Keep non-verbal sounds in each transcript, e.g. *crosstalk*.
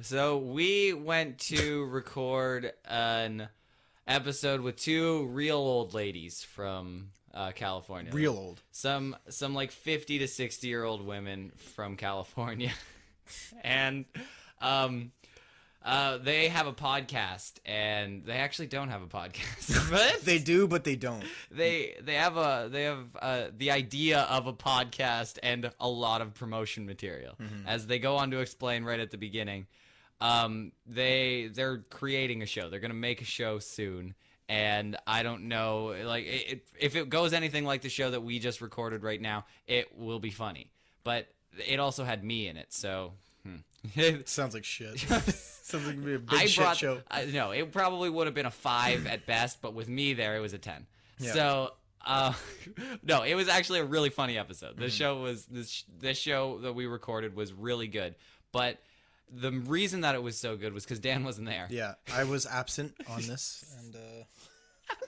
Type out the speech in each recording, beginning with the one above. So we went to record an episode with two real old ladies from uh, California. Real old. some some like 50 to 60 year old women from California. *laughs* and um uh they have a podcast and they actually don't have a podcast. *laughs* But They do, but they don't. they they have a they have uh, the idea of a podcast and a lot of promotion material as they go on to explain right at the beginning um they they're creating a show they're gonna make a show soon and i don't know like it, it, if it goes anything like the show that we just recorded right now it will be funny but it also had me in it so hmm. *laughs* Sounds like shit. *laughs* Sounds like it'd be a big shit brought, show. I- no, it probably would have been a five at best, but with me there, it was a ten. Yeah. So, uh, *laughs* no, it was actually a really funny episode. Mm-hmm. This show was this this show that we recorded was really good, but the reason that it was so good was because Dan wasn't there. Yeah, I was absent on this, and uh, *laughs*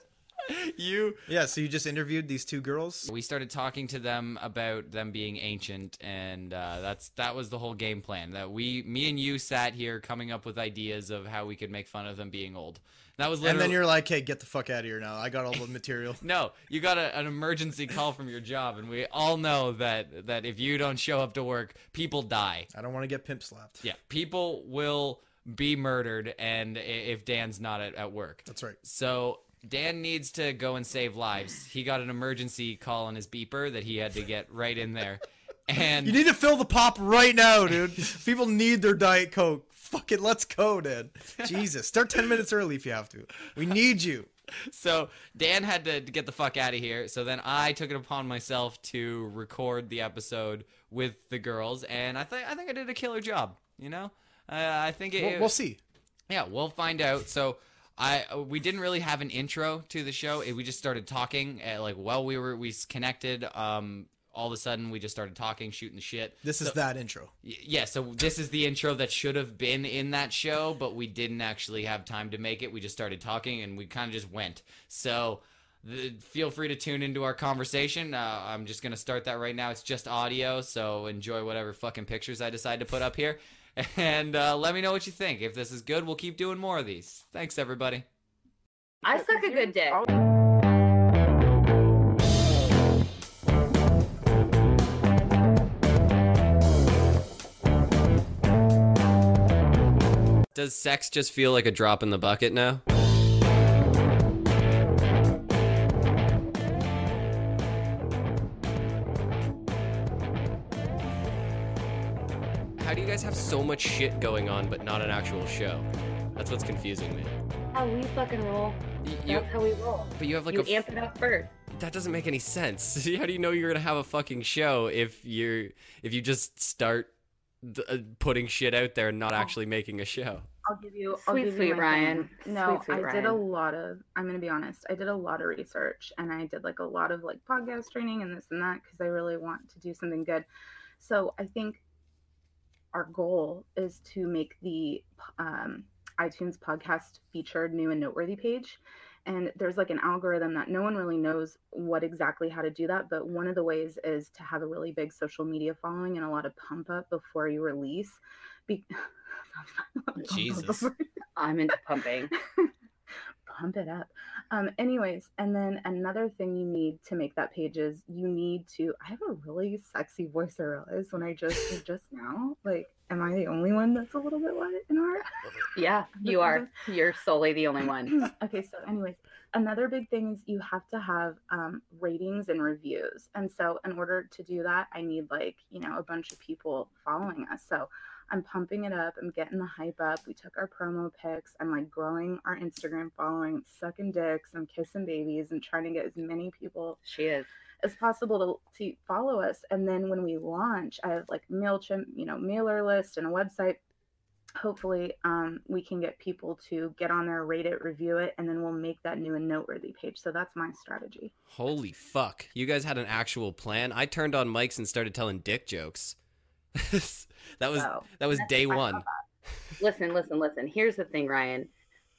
You. yeah. So you just interviewed these two girls. We started talking to them about them being ancient, and uh, that's that was the whole game plan. That we, me and you, sat here coming up with ideas of how we could make fun of them being old. That was literally, And then you're like, "Hey, get the fuck out of here now! I got all the material." No, you got a, an emergency call from your job, and we all know that that if you don't show up to work, people die. I don't want to get pimp slapped. Yeah, people will be murdered, and i- if Dan's not at, at work, that's right. so Dan needs to go and save lives. He got an emergency call on his beeper that he had to get right in *laughs* there, and *laughs* You need to fill the pop right now, dude. People need their diet coke. Fuck it, let's go, dude. Jesus, start ten minutes early if you have to. We need you. so Dan had to get the fuck out of here. So then I took it upon myself to record the episode with the girls, and I think I think I did a killer job. You know, uh, I think it. We'll, we'll see. yeah, we'll find out. So. I uh, we didn't really have an intro to the show. It, we just started talking. uh like while we were we s- connected, um, all of a sudden we just started talking, shooting the shit. This is So- that *laughs* intro. Y- Yeah, so this is the intro that should have been in that show, but we didn't actually have time to make it. We just started talking and we kind of just went. So the, feel free to tune into our conversation. Uh, I'm just going to start that right now. It's just audio, so enjoy whatever fucking pictures I decide to put up here. *laughs* And uh, let me know what you think. If this is good, we'll keep doing more of these. Thanks, everybody. I suck a good dick. Does sex just feel like a drop in the bucket now? How do you guys have so much shit going on but not an actual show? That's what's confusing me. How we fucking roll. Y- That's You, how we roll. but you have like you a f- amp it up first. that doesn't make any sense. *laughs* How do you know you're gonna have a fucking show if you're if you just start th- uh, putting shit out there and not actually making a show? I'll give you. I'll Sweet, give sweet you my Ryan. thing. No, Sweet, sweet I did a Ryan. lot of. I'm gonna be honest. I did a lot of research, and I did like a lot of like podcast training and this and that because I really want to do something good. So I think our goal is to make the um, iTunes podcast featured new and noteworthy page. And there's like an algorithm that no one really knows what exactly how to do that. But one of the ways is to have a really big social media following and a lot of pump up before you release. Be- *laughs* Jesus. I'm into pumping. pump it up. Um, anyways, and then another thing you need to make that page is you need to. I have a really sexy voice. I realized when I just just now. Like, am I the only one that's a little bit wet in our? *laughs* Yeah, you are. You're solely the only one. *clears throat* okay, so anyways, another big thing is you have to have um, ratings and reviews. And so in order to do that, I need like, you know, a bunch of people following us. So I'm pumping it up. I'm getting the hype up. We took our promo pics. I'm like growing our Instagram following, sucking dicks. I'm kissing babies and trying to get as many people She is. as possible to, to follow us. And then when we launch, I have like MailChimp, you know, mailer list and a website. Hopefully, um, we can get people to get on there, rate it, review it, and then we'll make that new and noteworthy page. So that's my strategy. Holy fuck! You guys had an actual plan. I turned on mics and started telling dick *laughs* jokes. that was so that was day I saw one. Listen, listen, listen. Here's the thing, Ryan.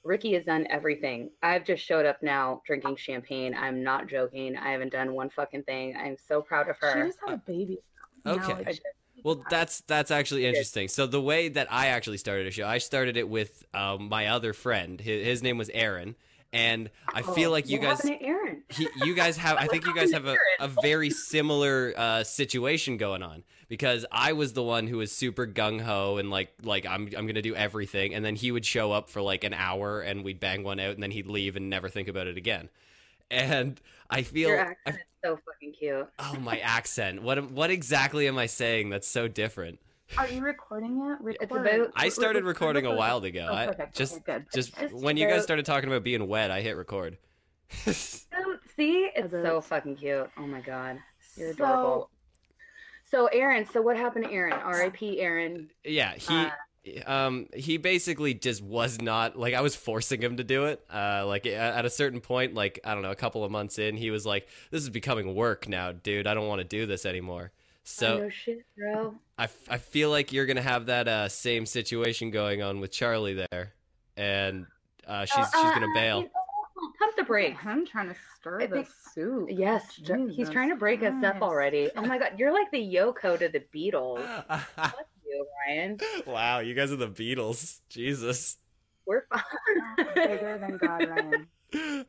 Ricky has done everything. I've just showed up now drinking champagne. I'm not joking. I haven't done one fucking thing. I'm so proud of she her. just had a baby. okay. like, she Well, that's that's actually interesting. So the way that I actually started a show, I started it with um, my other friend. His, his name was Aaron, and I feel like you Oh, what guys, happened to Aaron. he, you guys have. I think you guys have a, a very similar uh, situation going on because I was the one who was super gung ho and like like I'm I'm gonna do everything, and then he would show up for like an hour and we'd bang one out, and then he'd leave and never think about it again. And I feel Your I accent is so fucking cute. Oh, my accent. What am- what exactly am I saying that's so diffent? Are you recording it? It's Record. about I started recording a while ago. Oh, I perfect. just Okay, good. just It's *laughs* when you guys about- started talking about being wet, I hit record. Um, see, it's so Adults. fucking cute. Oh my god, you're so, adorable. So Aaron, so what happened to Aaron? R.I.P. Aaron. yeah, he um he basically just was not like I was forcing him to do it. Uh like a- at a certain point like I don't know, a couple of months in, he was like this is becoming work now, dude. I don't want to do this anymore. So So Oh, no shit, bro. I, f- I feel like you're gonna have that uh, same situation going on with Charlie there, and uh, oh, she's she's gonna bail. Pump the brakes. I'm trying to stir I the think- soup. Yes, Jer- he's Jesus trying to break us up Christ. already. Oh my god, you're like the Yoko to the *gasps* Beatles. Fuck you, Ryan. *laughs* wow, you guys are the Beatles. Jesus. We're fine. *laughs* bigger than God, Ryan.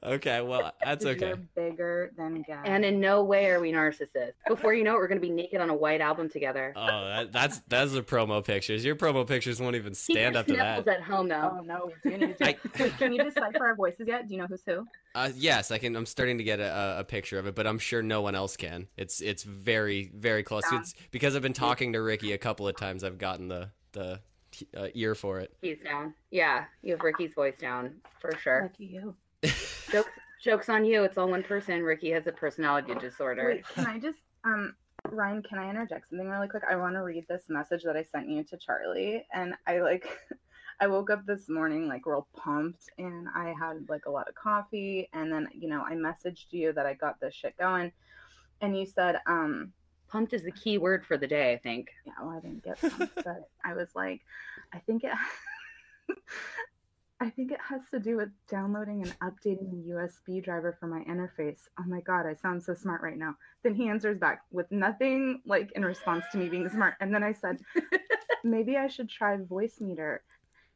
Okay, well that's okay. You're bigger than God. And in no way are we narcissists. Before you know it, we're gonna be naked on a white album together. Oh, that, that's that's the promo pictures. Your promo pictures won't even Keep your stand up to sniffles that. at home though. oh no, we do need to. I- Wait, can you decipher our voices yet? Do you know who's who? Uh, yes, I can. I'm starting to get a- a, a picture of it, but I'm sure no one else can. It's it's very very close. Sound. It's because I've been talking to Ricky a couple of times. I've gotten the the uh, ear for it. He's down. Yeah, you have Ricky's voice down for sure. Lucky you. Jokes, jokes on you. It's all one person. Ricky has a personality disorder. Wait, can I just um Ryan, can I interject something really quick? I want to read this message that I sent you to Charlie and I like *laughs* I woke up this morning like real pumped and I had like a lot of coffee and then you know I messaged you that I got this shit going and you said um Pumped is the key word for the day, I think. yeah, well, I didn't get some, but I was like, I think it, *laughs* I think it has to do with downloading and updating the USB driver for my interface. Oh my god, I sound so smart right now. Then he answers back with nothing like in response to me being smart, and then I said, maybe I should try Voice Meter.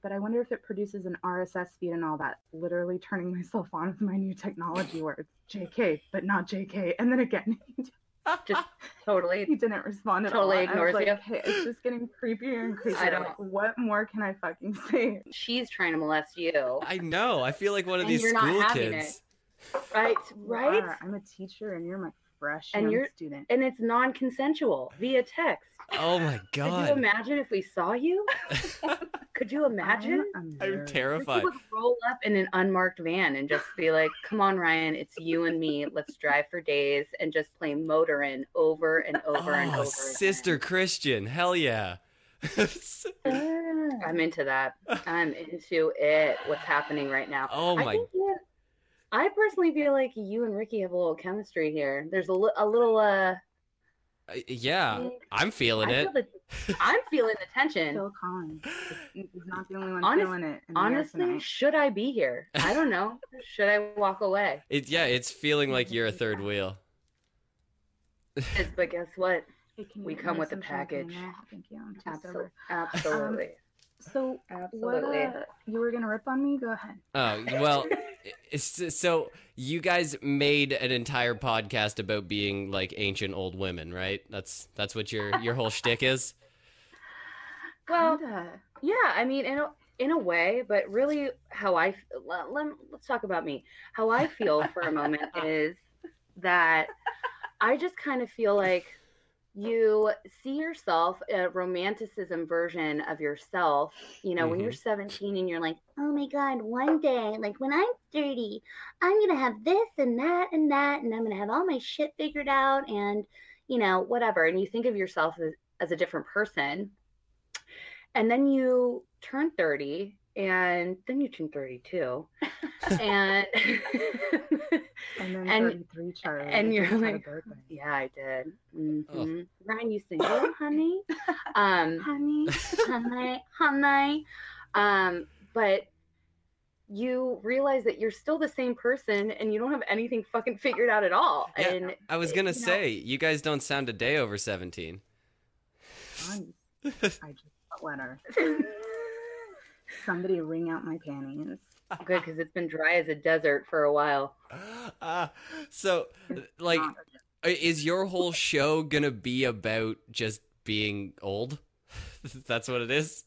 But I wonder if it produces an RSS feed and all that. Literally turning myself on with my new technology words, JK, but not JK. And then again, *laughs* he Totally. didn't respond at all. Totally And I was ignores like, you. Hey, it's just getting creepier and creepier. *laughs* I don't- Like, what more can I fucking *laughs* say? She's trying to molest you. I know. I feel like one of And these you're not school having kids. Right, You right? are. I'm a teacher and you're my fresh And young you're- student. And it's non consensual via text. Oh my *laughs* Could you god. imagine if we *laughs* saw you? Could you imagine? I'm, a I'm nerd. terrified. Ricky would roll up in an unmarked van and just be like, "Come on, Ryan, it's you and me. Let's drive for days and just play Motorin over and over and Oh, over." sister Christian. Hell yeah. *laughs* again." I'm into that. I'm into it. What's happening right now? oh I my think you- I personally feel like you and Ricky have a little chemistry here. There's a, li- a little. uh uh, yeah. I'm feeling I it. feel the, I'm feeling the tension. Phil Collins is is not the only one Honest- feeling it. in the air Honestly, tonight. should I be here? I *laughs* don't know. should I walk away? It yeah, it's feeling like you're a third wheel. 'Cause- But guess what? Hey, can you we get come me with a some champagne package. there? Thank you. I'm too Absolutely. sober. Absolutely. So, what, Absolutely. uh, you were going to rip on me? Go ahead. Oh, well, it's, so you guys made an entire podcast about being like ancient old women, right? That's that's what your your whole shtick is. Well, Kinda. yeah, I mean, in a, in a way, but really, how I let, let, let's talk about me. How I feel for a moment is that I just kind of feel like you see yourself a romanticism version of yourself. You know, when you're 17 and you're like, oh my god, one day, like when I'm 30, I'm gonna have this and that and that, and I'm gonna have all my shit figured out, and you know, whatever. And you think of yourself as, as a different person. And then you turn 30, and then you turn 32. and *laughs* And then and- 33, Charlie. and I you're just had a like- birthday. yeah, I did. hmm Ryan, you single, *laughs* honey? Um, Honey. honey, honey. Um, but you realize that you're still the same person and you don't have anything fucking figured out at all. Yeah. *laughs* And I was gonna You *gasps* know- say you guys don't sound a day over seventeen. *laughs* times. I just got wetter. Somebody wring out my panties. Good, because it's been dry as a desert for a while. Uh, so, like, Not- is your whole show gonna be about just being old? *laughs* That's what it is.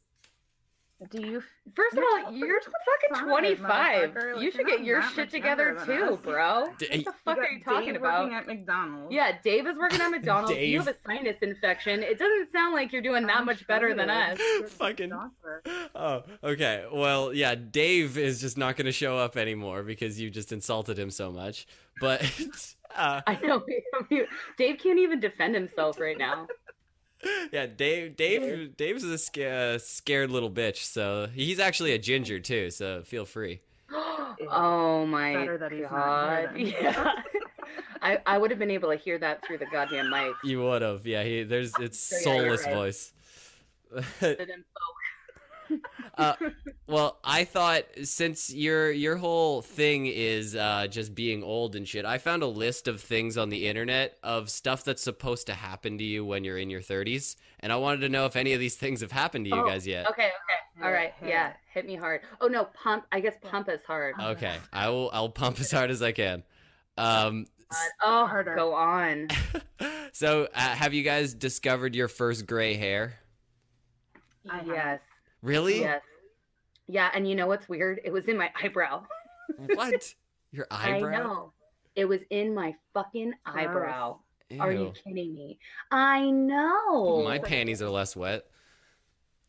do you? First of You're all, fucking you're fucking 25. motherfucker. Like, you should you're get not your that shit much together younger than too, us. bro. What D- the fuck got are you talking Dave about? Working at McDonald's. Yeah, Dave is working at McDonald's. You have Dave. a sinus infection. It doesn't sound like you're doing that I'm much sure better than it us. is. You're *laughs* a Fucking- doctor. Oh, okay. Well, yeah, Dave is just not gonna show up anymore because you just insulted him so much. But *laughs* uh, I know. *laughs* Dave can't even defend himself right now. *gasps* yeah, Dave, Dave, Dave's a sca- uh, scared little bitch. So he's actually a ginger too. So feel free. oh my Better that he's god. *laughs* not here then. yeah. I, I would have been able to hear that through the goddamn mic. You would have. *laughs* Yeah, he, there's it's Yeah, you're soulless right. voice. But then- Well, I thought since your your whole thing is uh, just being old and shit, I found a list of things on the internet of stuff that's supposed to happen to you when you're in your 30s, and I wanted to know if any of these things have happened to you Oh, guys yet. Okay, okay. All Hit, right. hit. Yeah. Hit me hard. Oh no, pump I guess pump is hard. Oh, Okay, I will. I'll pump as hard as I can. Um, God. Oh Harder. go on. so, uh, have you guys discovered your first gray hair? *laughs* I haven't. yes. Really? Yes. Yeah, and you know what's weird? It was in my eyebrow. What? Your eyebrow? I know. It was in my fucking eyebrow. Are you Ew. kidding me? I know. My panties are less wet.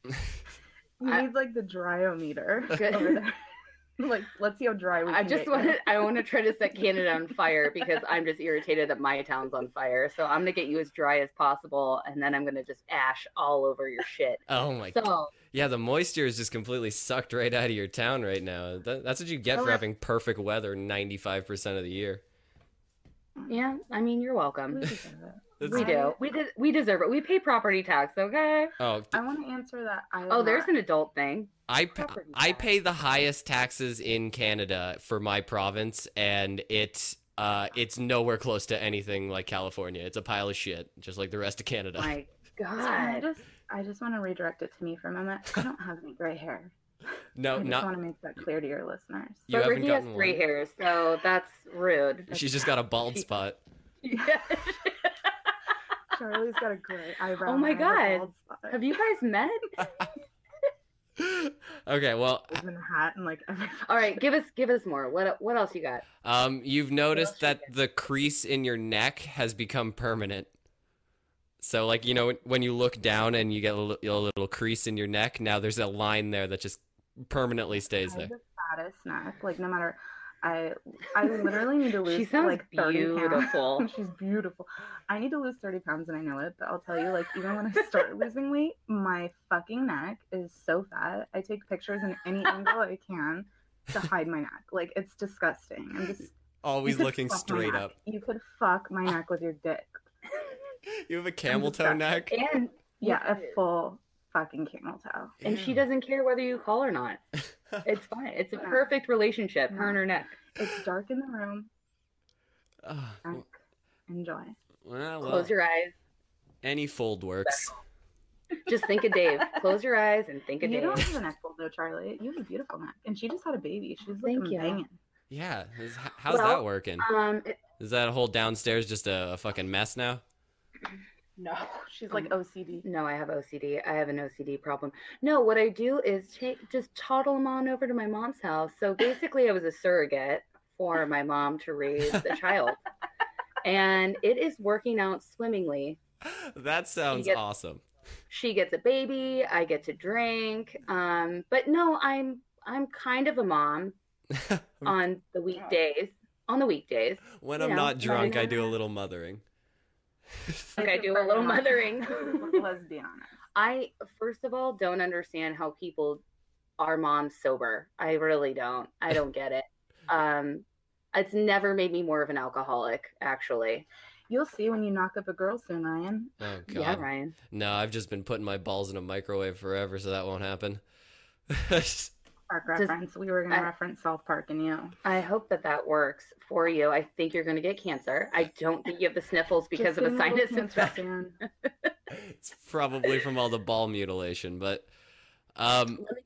You I- need like the dryometer *laughs* Good. over there. *laughs* like, let's see how dry we I can just get want you. to. *laughs* I want to try to set Canada on fire because I'm just irritated that my town's on fire. So I'm gonna get you as dry as possible, and then I'm gonna just ash all over your shit. Oh my god. So Yeah, the moisture is just completely sucked right out of your town right now. That, that's what you get Oh, for yeah. having perfect weather 95% of the year. yeah, I mean you're welcome. We deserve it. That's- We do. We de- we deserve it. We pay property tax. Okay. Oh, d- I want to answer that. I Oh, there's an adult thing. I, p- property I tax. pay the highest taxes in Canada for my province, and it uh, it's nowhere close to anything like California. It's a pile of shit, just like the rest of Canada. *laughs* My I God. just, I just want to redirect it to me for a moment. I don't have any gray hair. I no, just not want to make that clear to your listeners. *laughs* you but haven't Ricky has gotten gray one. hair, so that's rude. She's just got a bald spot. *laughs* Yeah. Charlie's got a gray eyebrow. Oh my and I have a God. bald spot. Have you guys met? okay, well, Lives in a hat and like *laughs* every All right, give us give us more. What what else you got? um, you've else noticed you that get? the crease in your neck has become permanent. So, like you know, when- when you look down and you get a little, a little crease in your neck, now there's a line there that just permanently stays I there. have the fattest neck. Like no matter, I I literally *laughs* need to lose. She sounds like 30 pounds. *laughs* beautiful. She's beautiful. I need to lose 30 pounds and I know it, but I'll tell you, like, even when I *laughs* start losing weight, my fucking neck is so fat. I take pictures in any angle I can *laughs* to hide my neck. Like, it's disgusting. I'm just you Always could looking fuck my straight neck. up. You could fuck my neck with your dick. You have a camel toe disgusted. neck. And Yeah, a Yeah. full fucking camel toe. and she Ew. doesn't care whether you call or not. It's fine. It's a Yeah. perfect relationship, her and her neck. It's dark in the room. Ah, Neck. Enjoy. well, well, Close your eyes. any fold works. Just think of Dave. Close your eyes and think of You don't Dave. *laughs* have a neck full though, Charlie. You have a beautiful neck. And she just had a baby. She's like Thank you. banging. Yeah, is- h- how's Well, that working? Um, it- Is that whole downstairs just a, a fucking mess *laughs* now? No. She's like OCD. no, I have OCD. I have an OCD problem. No, what I do is ta- just toddle them on over to my mom's house. So basically, I was a surrogate for my mom to raise the child, and it is working out swimmingly. That sounds gets- awesome. *laughs* she gets a baby i get to drink um but no i'm i'm kind of a mom on the weekdays on the weekdays When you I'm know, not like- drunk, I do a little mothering. *laughs* like i do a little mothering *laughs* *laughs* Let's be honest. i first of all don't understand how people are moms sober i really don't i don't get it um it's never made me more of an alcoholic actually You'll see when you knock up a girl soon, Ryan. Oh god. yeah ryan No, I've just been putting my balls in a microwave forever, so that won't happen. *laughs* Park Does- reference. We were going I- to reference South Park and you. i hope that that works for you i think you're going to get cancer i don't think you have the sniffles because Just of a getting little sinus infection cancer soon. It's probably from all the ball mutilation, but um Let me- Let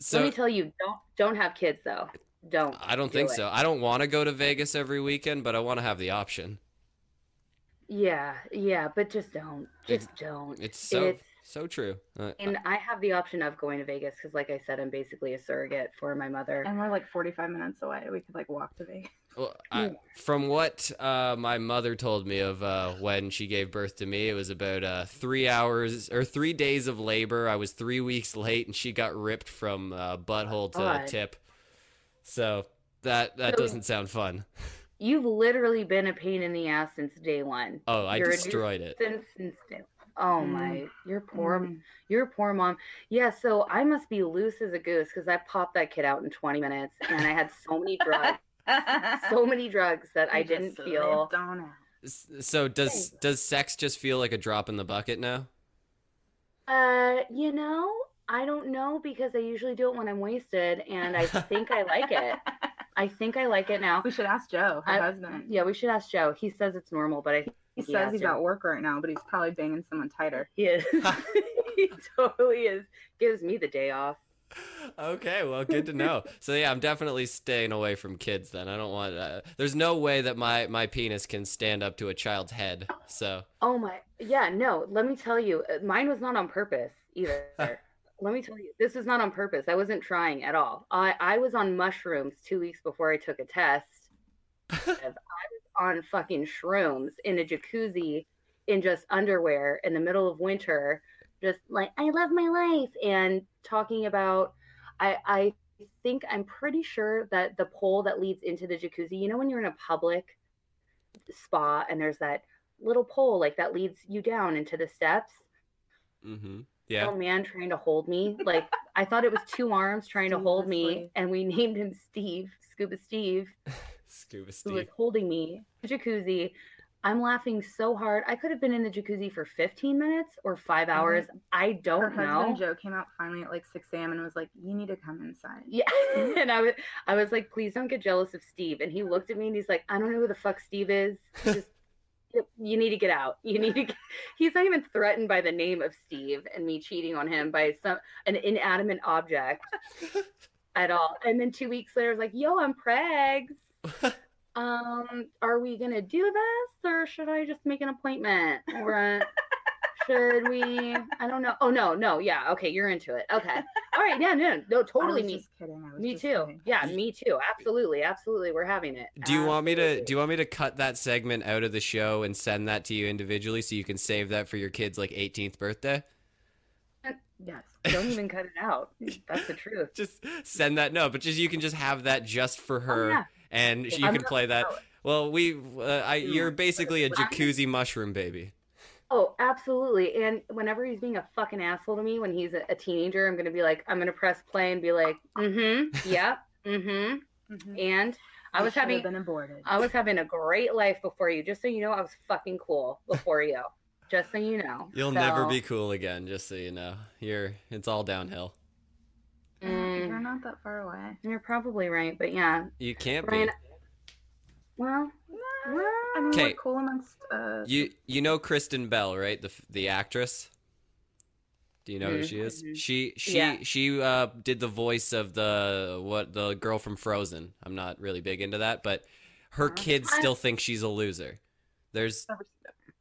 so me tell you, don't don't have kids though. Don't. I don't do think it. so. I don't want to go to Vegas every weekend, but I want to have the option. Yeah, yeah, but just don't. It's- Just don't. It's so It's- so true. Uh, and I have the option of going to Vegas because, like I said, I'm basically a surrogate for my mother. And we're like 45 minutes away. We could like walk *laughs* to Vegas. Well, I, Mm. from what uh, my mother told me of uh, when she gave birth to me, it was about uh, three hours or three days of labor. I was three weeks late, and she got ripped from uh, butthole to God. tip. So that that So- doesn't sound fun. You've literally been a pain in the ass since day one. Oh, I You're a new- destroyed it. Since since day. Oh Mm. my, your poor, Mm-hmm. your poor mom. Yeah, so I must be loose as a goose because I popped that kid out in 20 minutes, and I had so many *laughs* drugs, *laughs* so many drugs that I You just didn't feel. lived on out. S- So does does sex just feel like a drop in the bucket now? Uh, you know, I don't know because I usually do it when I'm wasted, and I think I like it. I think I like it now. *laughs* We should ask Joe, her I- husband. Yeah, we should ask Joe. He says it's normal, but I think He says Yeah, he's Joe. at work right now, but he's probably banging someone tighter. he is. *laughs* he totally is. Gives me the day off. Okay, well, good to know. *laughs* So yeah, I'm definitely staying away from kids. Then I don't want. Uh, there's no way that my my penis can stand up to a child's head. So. Oh my. Yeah, no, let me tell you, uh, mine was not on purpose either. let me tell you, this was not on purpose. I wasn't trying at all. I, I was on mushrooms two weeks before I took a test. I was on fucking shrooms in a jacuzzi in just underwear in the middle of winter, just like, I love my life. And talking about, I, I, think I'm pretty sure that the pole that leads into the jacuzzi, you know, when you're in a public spa and there's that little pole like that leads you down into the steps. Mm-hmm. Yeah. Little man trying to hold me. *laughs* Like I thought it was two arms trying to Steve hold was me, like- and we *laughs* named him Steve, Scuba Steve, Scuba who was Steve. holding me. Jacuzzi. I'm laughing so hard. I could have been in the jacuzzi for 15 minutes or five hours. I Mm-hmm. Her don't know. husband Joe came out finally at like 6 a.m. and was like, "You need to come inside." Yeah, *laughs* and I was, I was like, please don't get jealous of Steve. And he looked at me and he's like, I don't know who the fuck Steve *laughs* is. Just, you- you need to get out. You need to. Get... *laughs* He's not even threatened by the name of Steve and me cheating on him by some an inanimate object *laughs* at all. And then two weeks later, I was like, Yo, I'm pregs. *laughs* Um, are we gonna do this or should I just make an appointment? Or uh, *laughs* should we? I don't know. Oh no, no, yeah, okay, you're into it. Okay, all right, no, no, no, totally I was me. just kidding. I was Me just too. kidding. Yeah, me too. Absolutely, absolutely. We're having it. Do you want me to do you want me to cut that segment out of the show and send that to you individually so you can save that for your kid's like 18th birthday? Yes. *laughs* Don't even cut it out. That's the truth. Just send that no, but just you can just have that just for *laughs* her Oh, yeah. and she, you I'm can not play that. about Well, we uh, I Dude, you're basically a but I'm- jacuzzi mushroom baby. Oh, absolutely. And whenever he's being a fucking asshole to me when he's a, a teenager, I'm gonna be like, I'm gonna press play and be like, *laughs* mm-hmm, yep, mm-hmm. Mhm. And I You was should have having been aborted. I was having a great life before you. Just so you know, I was fucking cool before you. Just so you know. You'll never So, be cool again, just so you know. You're it's all downhill. mm, You're not that far away. you're probably right, but yeah. You can't Ryan, be. Well, Nah, I mean, Okay. we're cool amongst. Uh, You you know Kristen Bell, right? The f- the actress. Do you know who Mhm. she is? Mhm. She she Yeah. she uh, did the voice of the what the girl from Frozen. I'm not really big into that, but her Mhm. kids Uh-huh. I- still think she's a loser. There's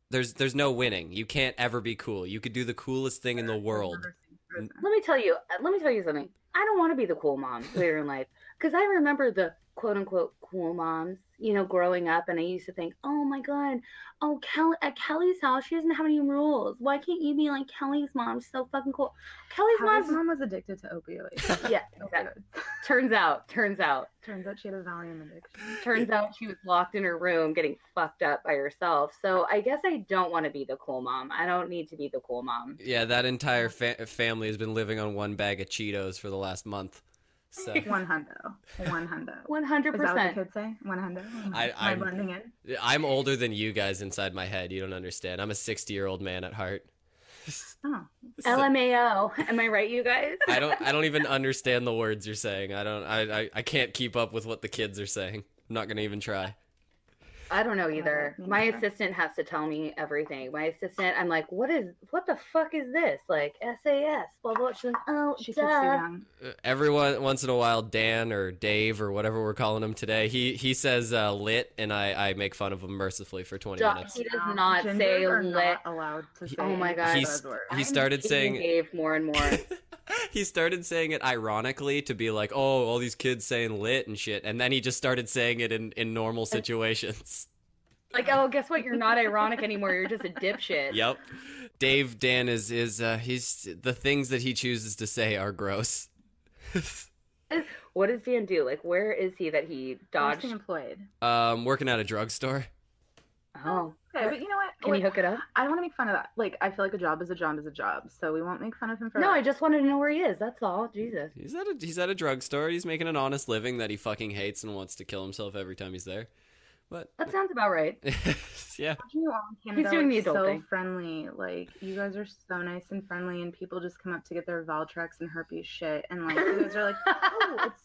there's there's no winning. You can't ever be cool. You could do the coolest thing in the world. Mm. let me tell you uh, let me tell you something i don't want to be the cool mom later in life because i remember the quote unquote cool moms you know growing up and i used to think oh my god oh kelly at kelly's house she doesn't have any rules why can't you be like kelly's mom she's so fucking cool kelly's His mom mom was addicted to *laughs* opioids. yeah exactly. Opioids. turns out turns out Turns out she had a Valium addiction. turns out she was locked in her room getting fucked up by herself so i guess i don't want to be the cool mom i don't need to be the cool mom Yeah, that entire fa- family has been living on one bag of Cheetos for the last month. *laughs* So One hundo. One hundo. 100% Is that what the kids say? One hundo. I- Am I I'm- blending in? I'm older than you guys inside my head. You don't understand. I'm a 60 year old man at heart. Oh, So- lmao am i right you guys I don't. I don't even understand the words you're saying. I don't. I. I, I can't keep up with what the kids are saying. I'm not gonna even try. I don't know either. me My neither. assistant has to tell me everything. My assistant, I'm like, what is, what the fuck is this? Like SAS, blah blah. She's like, oh, She keeps you duh. young. Everyone once in a while, Dan or Dave or whatever we're calling him today, he he says uh, lit, and I, I make fun of him mercifully for twenty Duh. minutes. He does not Gingers say Um, are lit. Not allowed to say. Oh my any God. He's- bad word. he started hating saying- Dave more *laughs* and more. he started saying it ironically to be like, oh, all these kids saying lit and shit, and then he just started saying it in in normal situations. like, oh, guess what? You're not ironic anymore. You're just a dipshit. yep, Dave Dan is is uh, he's the things that he chooses to say are gross. What does Dan do? Like, where is he that he Where's dodged? he employed? Um, working at a drugstore. Oh, Okay, but you know what? can Wait, you hook it up? I don't want to make fun of that. Like, I feel like a job is a job is a job, so we won't make fun of him for No, that. I just wanted to know where he is. That's all. Jesus. He's at a he's at a drugstore. He's making an honest living that he fucking hates and wants to kill himself every time he's there. But *laughs* That sounds about right. yeah, You all in Canada doing are the adult so thing. friendly. Like you guys are so nice and friendly, and people just come up to get their Valtrex and herpes shit, and like you guys are like, *laughs* oh, it's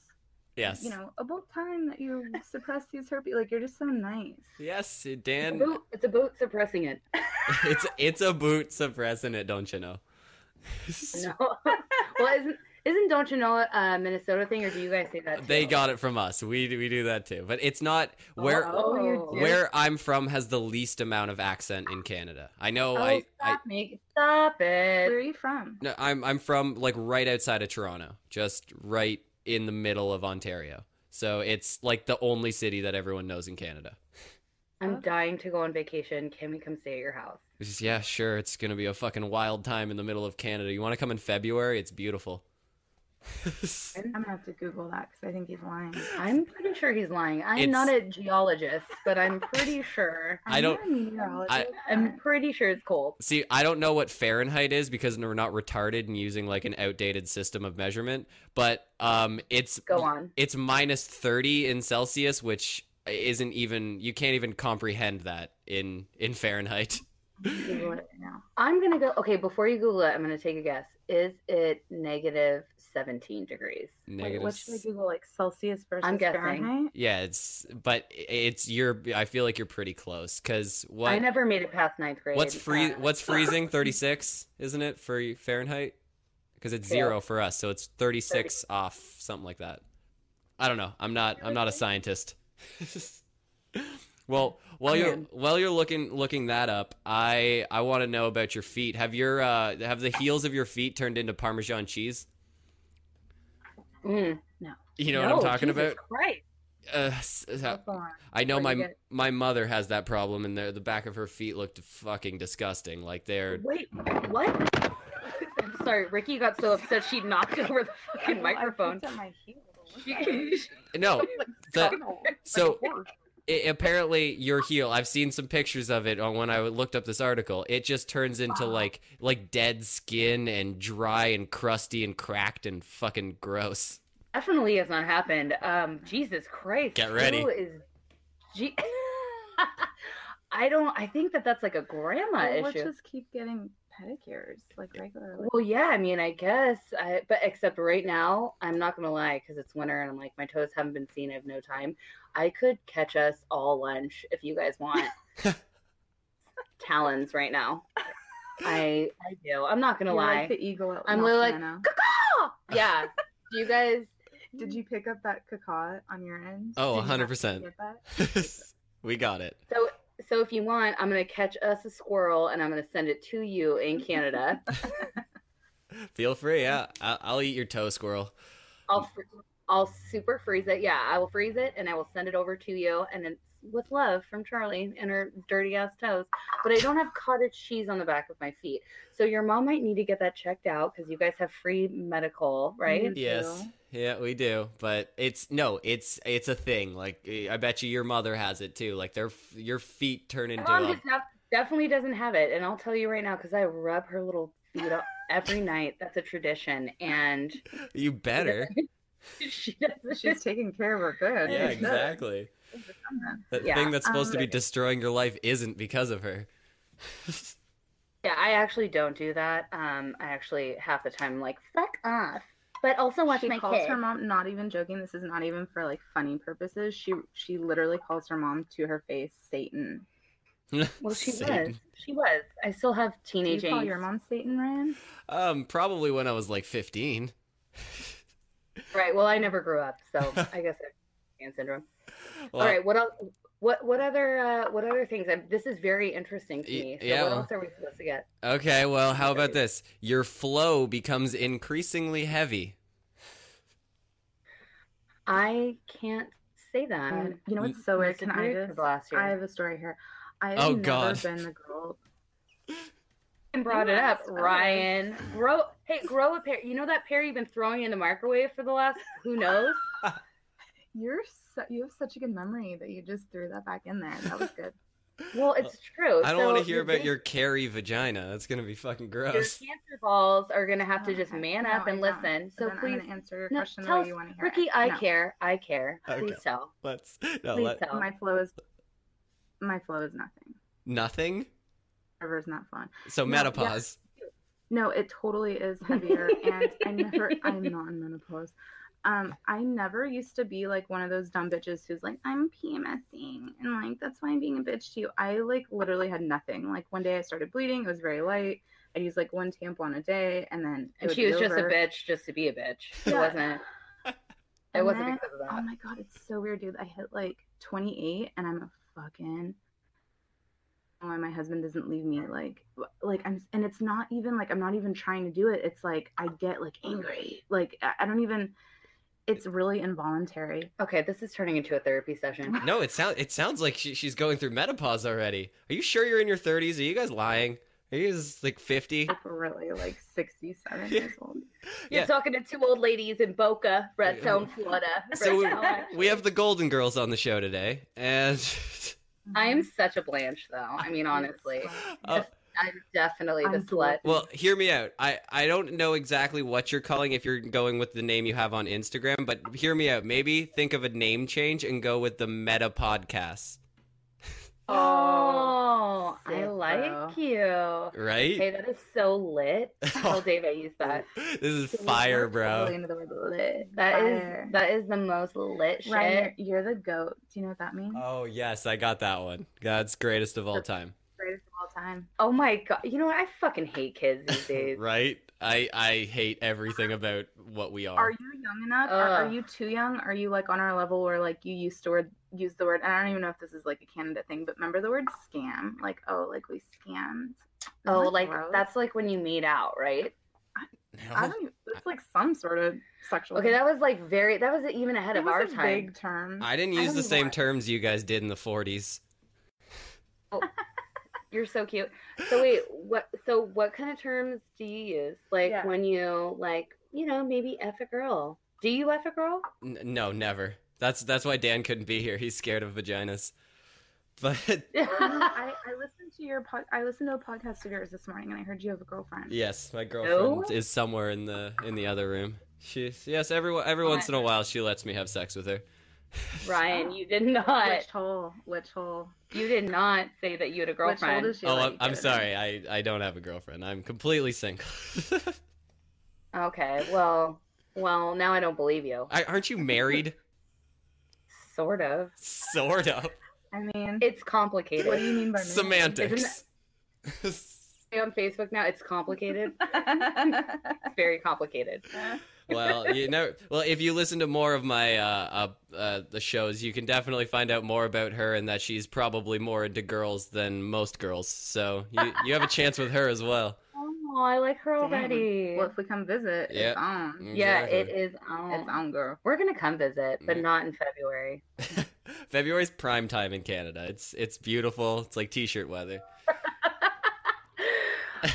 yes, you know about time that you suppress these herpes. Like you're just so nice. yes, It's a Dan. boot- it's a boot suppressing it. *laughs* it's it's a boot suppressing it, don't you know? No. *laughs* well, isn't isn't don't you know a Minnesota thing, or do you guys say that? Too? *laughs* They got it from us. We we do that too. But it's not where Oh, you do? where I'm from has the least amount of accent in Canada. I know. Oh, I, I stop me! Stop Where are it! you from? no, I'm I'm from like right outside of Toronto, just right in the middle of Ontario. So it's like the only city that everyone knows in Canada. I'm dying to go on vacation. Can we come stay at your house? It's just, yeah, sure. It's gonna be a fucking wild time in the middle of Canada. You want to come in February? It's *laughs* beautiful. I'm gonna have to Google that because I think he's lying. I'm pretty sure he's lying. I'm It's- not a geologist, but *laughs* I'm pretty sure. I don't- I'm not a meteorologist. I'm pretty sure it's cold. See, I don't know what Fahrenheit is because we're not retarded and using like an outdated system of measurement. But um, it's Go on. it's minus 30 in celsius which isn't even you can't even comprehend that in in fahrenheit Google it right now. I'm gonna go. Okay, before you Google it, I'm gonna take a guess. Is it negative 17 degrees? Wait, negative what should I s- Google? Like Celsius versus I'm guessing. Fahrenheit? yeah it's but it's you're i feel like you're pretty close because what I never made it past ninth grade. what's free Uh, *laughs* what's freezing 36 isn't it for you- fahrenheit because it's Yeah. zero for us so it's 36 off something like that i don't know i'm not i'm not a scientist *laughs* well while Come you're on. while you're looking looking that up i i want to know about your feet have your uh have the heels of your feet turned into parmesan cheese mm, you know what i'm no, talking Jesus about Christ. uh, s- s- Go on. I know Where'd my you get- my mother has that problem, and the the back of her feet looked fucking disgusting. Like they're Wait, what? *laughs* I'm sorry, Ricky got so upset she knocked over the fucking Well, I microphone. picked up my heel. Look *laughs* at it. She, *laughs* no. the- Like a so horse. it, apparently your heel i've seen some pictures of it on when i looked up this article it just turns into like like dead skin and dry and crusty and cracked and fucking gross definitely has not happened. Um, Jesus Christ. Get ready. Who is? G- *laughs* I don't. I think that that's like a grandma Well, issue. Let's just keep getting pedicures like regularly. Well, yeah. I mean, I guess. I, but except right now, I'm not gonna lie because it's winter and I'm like my toes haven't been seen. I have no time. I could catch us all lunch if you guys want. *laughs* Talons right now. I I do. I'm not gonna You're lie. Like the eagle at I'm Mount really like, *laughs* Sinai. *laughs* yeah. Do you guys? Did you pick up that caca on your end? Oh, Did you 100%. have to get *laughs* we got it So so if you want, I'm gonna catch us a squirrel and I'm gonna send it to you in Canada. feel free yeah I- i'll eat your toe squirrel I'll fr- I'll super freeze it. Yeah, I will freeze it and I will send it over to you. And it's with love from Charlie and her dirty ass toes. But I don't have cottage cheese on the back of my feet, so your mom might need to get that checked out because you guys have free medical, right? Mhm. yes Ew. yeah we do but it's no it's it's a thing like eh, i bet you your mother has it too like their f- your feet turn My into mom a, just have, definitely doesn't have it, and I'll tell you right now because I rub her little feet up every night. That's a tradition, and *laughs* you better she that? doesn't. She's taking *laughs* care of her good. yeah She should. exactly That Yeah, thing that's supposed to be um, destroying your life isn't because of her. Yeah, I actually don't do that. Um, I actually half the time I'm like fuck off. but also watch she my calls kid. her mom. Not even joking. This is not even for like funny purposes. She she literally calls her mom to her face Satan. well, *laughs* she was. Satan. She was. I still have Do teenage you call angst. your mom Satan, Ryan? Um, probably when I was like 15. Right. Well, I never grew up, *laughs* so I guess I have Down syndrome. Well, All right. What else? What what other uh, what other things? I, this is very interesting to Y- me. So yeah, What well- else are we supposed to get? Okay, well, how about this? Your flow becomes increasingly heavy. I can't say that. And you know n- what's so weird? Can I Disappeared for just? the last year. I have a story here. I have Oh, never God. been the girl. and brought it up, Yes, I was. Ryan. Grow, hey, grow a pear. You know that pear you've been throwing in the microwave for the last *laughs* who knows? You're so, you have such a good memory that you just threw that back in there. *laughs* That was good. Well, it's true. I don't So want to hear your about big- your Carrie vagina. That's going to be fucking your gross. cancer balls are gonna have to Oh, just okay. man No, up and I don't. listen. So So then I'm please, gonna answer your no, question the tell way us- you want to hear. it. Ricky, I No, care. I care. Okay. Please tell. Let's no, Please let, tell. My flow is my flow is nothing. nothing. River's not flowing. So No, yeah. menopause. No, it totally is heavier, and I never. I'm not in menopause. Um, I never used to be like one of those dumb bitches who's like, I'm PMSing, and like that's why I'm being a bitch to you. I like literally had nothing. Like one day I started bleeding. It was very light. I used like one tampon a day, and then it And would she be was just a over. bitch, just to be a bitch. It Yeah. wasn't. It And wasn't then- because of Oh that. my god, it's so weird, dude. I hit like 28 and I'm a fucking why my husband doesn't leave me like like I'm and it's not even like I'm not even trying to do it. It's like I get like angry. Like I I don't even it's really involuntary. Okay, this is turning into a therapy *laughs* session. No, it sounds it sounds like she, she's going through menopause already. Are you sure you're in your 30s? Are you guys lying? Are you guys like 50? Like really like 67 Yeah. years *laughs* old. You're Yeah. talking to two old ladies in Boca Raton, Florida. *laughs* So we, Raton. we have the Golden Girls on the show today, and *laughs* I am such a Blanche, though. I mean, You're a honestly, *laughs* slut. uh, I'm definitely the I'm *laughs* slut. Well, hear me out. I, I don't know exactly what you're calling if you're going with the name you have on Instagram, but hear me out. Maybe think of a name change and go with the Meta Podcast, Oh, I sick, like you. Hey, right? that is *laughs* so lit. Tell Dave I use that. this Mm-hmm. is fire, We're totally bro. into the word lit. That is Fire. that is the most lit shit. Ryan, you're, you're the goat. Do you know what that means? Oh, yes, I got that one. God's greatest of all time, Greatest of all time. Oh my god! You know what? I fucking hate kids these days. right? I, I hate everything about what we are. Uh-huh. Are you young enough? Are, are Ugh. you too young? Are you like on our level where like you used to word, use the word? And I don't even know if this is like a Canada thing, but remember the word scam? Like oh, like we scammed. Isn't Oh, that like gross? that's like when you meet out, right? No. I don't. Even, it's like some sort of sexual. Okay, that was like very. That was even ahead It of Mm. our was a time. big *laughs* term. I didn't I use don't the even same want- terms you guys did in the 40s. You're so cute. So wait, what? So what kind of terms do you use? Like Yeah. when you like, you know, maybe f a girl. Do you f a girl? N- no, never. That's that's why Dan couldn't be here. He's scared of vaginas. *laughs* But *laughs* Well, you know, Mm, I, I listened to your pod, I listened to a podcast of yours this morning, and I heard you have a girlfriend. Yes, my girlfriend No? is somewhere in the in the other room. She's yes, every every Oh, once in a while she lets me have sex with her. Ryan, Oh. you did not. Which hole? Which hole? You did not say that you had a Which hole girlfriend. does she oh, let I'm, you I'm get in? sorry. I I don't have a girlfriend. I'm completely single. *laughs* okay, well, well, now I don't believe you. I, aren't you married? *laughs* Sort of. sort of. I mean, It's complicated. what do you mean by *laughs* Semantics. on Facebook now? It's *laughs* complicated. it's very *laughs* complicated. *laughs* well, you know, well, if you listen to more of my uh, uh, uh, the shows, you can definitely find out more about her and that she's probably more into girls than most girls. So you you have a chance with her as well. Oh, I like her Damn. already. Well, if we come visit, Yeah. it's on. yeah, it Exactly. is on. It's on, girl. We're gonna come visit, but Yeah. not in February. *laughs* February's prime time in Canada. It's it's beautiful. It's like t-shirt *laughs* weather.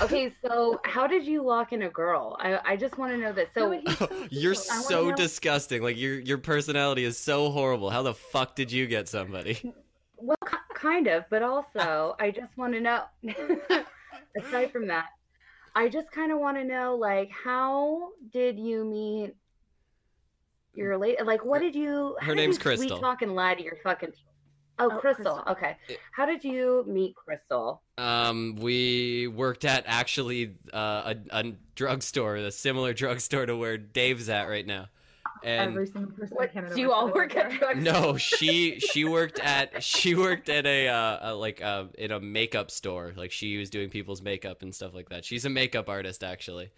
okay, so how did you lock in a girl? I, I just want to know that. So No, but he's so You're cute. I wanna so know- disgusting. Like your your personality is so horrible. How the fuck did you get somebody? *laughs* well, ki kind of, but also I just want to know. *laughs* aside from that, I just kind of want to know, like, how did you meet your late? Like, what did you? Her how did name's you sweet Crystal. Talk and lie to your fucking. Oh, Oh, Crystal. Crystal. Okay. It- How did you meet Crystal? Um, we worked at actually uh, a, a drugstore, a similar *laughs* drugstore to where Dave's at right now. And Every single person in What Canada do you works all at a work at drugstore. drugs? *laughs* no, she she worked at she worked at a, uh, a like uh, in a makeup store. Like she was doing people's makeup and stuff like that. She's a makeup artist actually,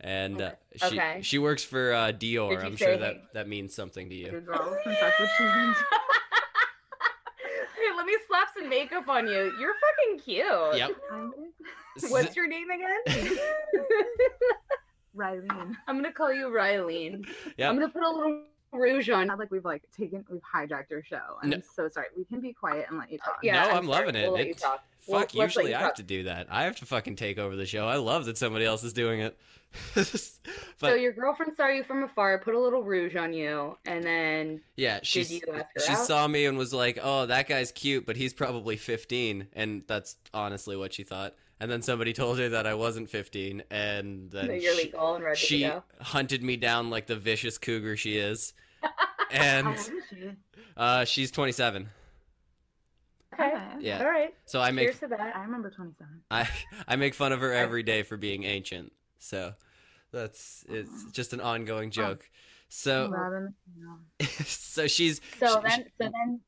and uh, she Okay. she works for uh, Dior. you I'm say- sure that that means something to you. Good girl, since that's what *laughs* she's into. Hey, let me slap some makeup on you. You're fucking cute. Yep. I'm *laughs* What's your name again? *laughs* *laughs* Rylene. I'm gonna call you Rylene. Yep. I'm gonna put a little rouge on. Not like we've like taken, we've hijacked your show. I'm No. so sorry. We can be quiet and let you talk. Uh, Yeah, No, I'm, I'm loving sorry. it. We'll let you It's- talk. Well, Fuck, let's let usually you I have talk. to do that. I have to fucking take over the show. I love that somebody else is doing it. *laughs* so but your girlfriend saw you from afar, put a little rouge on you, and then yeah, she did you ask her she out? saw me and was like, "Oh, that guy's cute, but he's probably 15." And that's honestly what she thought. And then somebody told her that I wasn't 15 and that then you're she, legal and ready she to go. hunted me down like the vicious cougar she *laughs* is. Oh, and Okay. uh, she's 27. Okay. Yeah. All right. So I make Cheers to that. I remember 27. *laughs* I I make fun of her every day for being ancient. So that's it's just an ongoing joke. So Robin, no. *laughs* so she's So she- then, so then,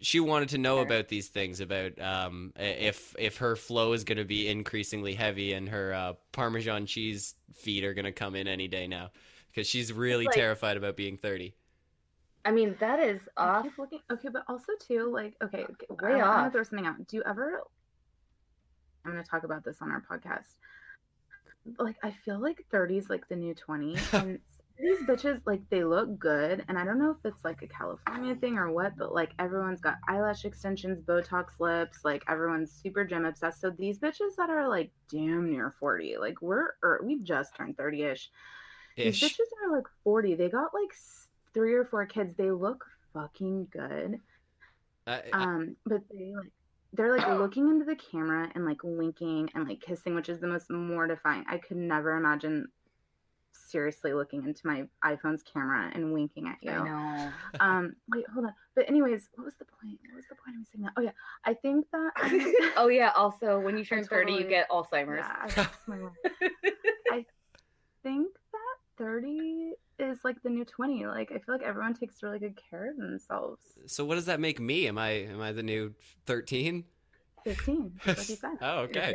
she wanted to know Sure. about these things about um i- if if her flow is going to be increasingly heavy and her uh, parmesan cheese feet are going to come in any day now because she's really like- terrified about being 30. I mean, that is I off. keep looking. Okay, but also too, like, okay, okay, Way I'm, I'm gonna off. throw something out. Do you ever? I'm gonna talk about this on our podcast. Like, I feel like 30 is like the new *laughs* 20, and these bitches like they look good, and I don't know if it's like a California thing or what, but like everyone's got eyelash extensions, Botox lips, like everyone's super gym obsessed. So these bitches that are like damn near 40, like we're or we've just turned 30 ish. These Ish. bitches are like 40. They got like s- three or four kids. They look fucking good. I, I, Um, but they like they're like looking into the camera and like winking and like kissing, which is the most mortifying. I could never imagine seriously looking into my iPhone's camera and winking at you *laughs* I know. um wait hold on but anyways what was the point what was the point i was saying that oh yeah i think that I- oh yeah. Also, when you turn thirty, you totally- get Alzheimer's. yeah, I, lost my mind. I think that 30 is like the new 20 like i feel like everyone takes really good care of themselves so what does that make me? Am I am I the new 13? 15 like you said Oh, You're okay.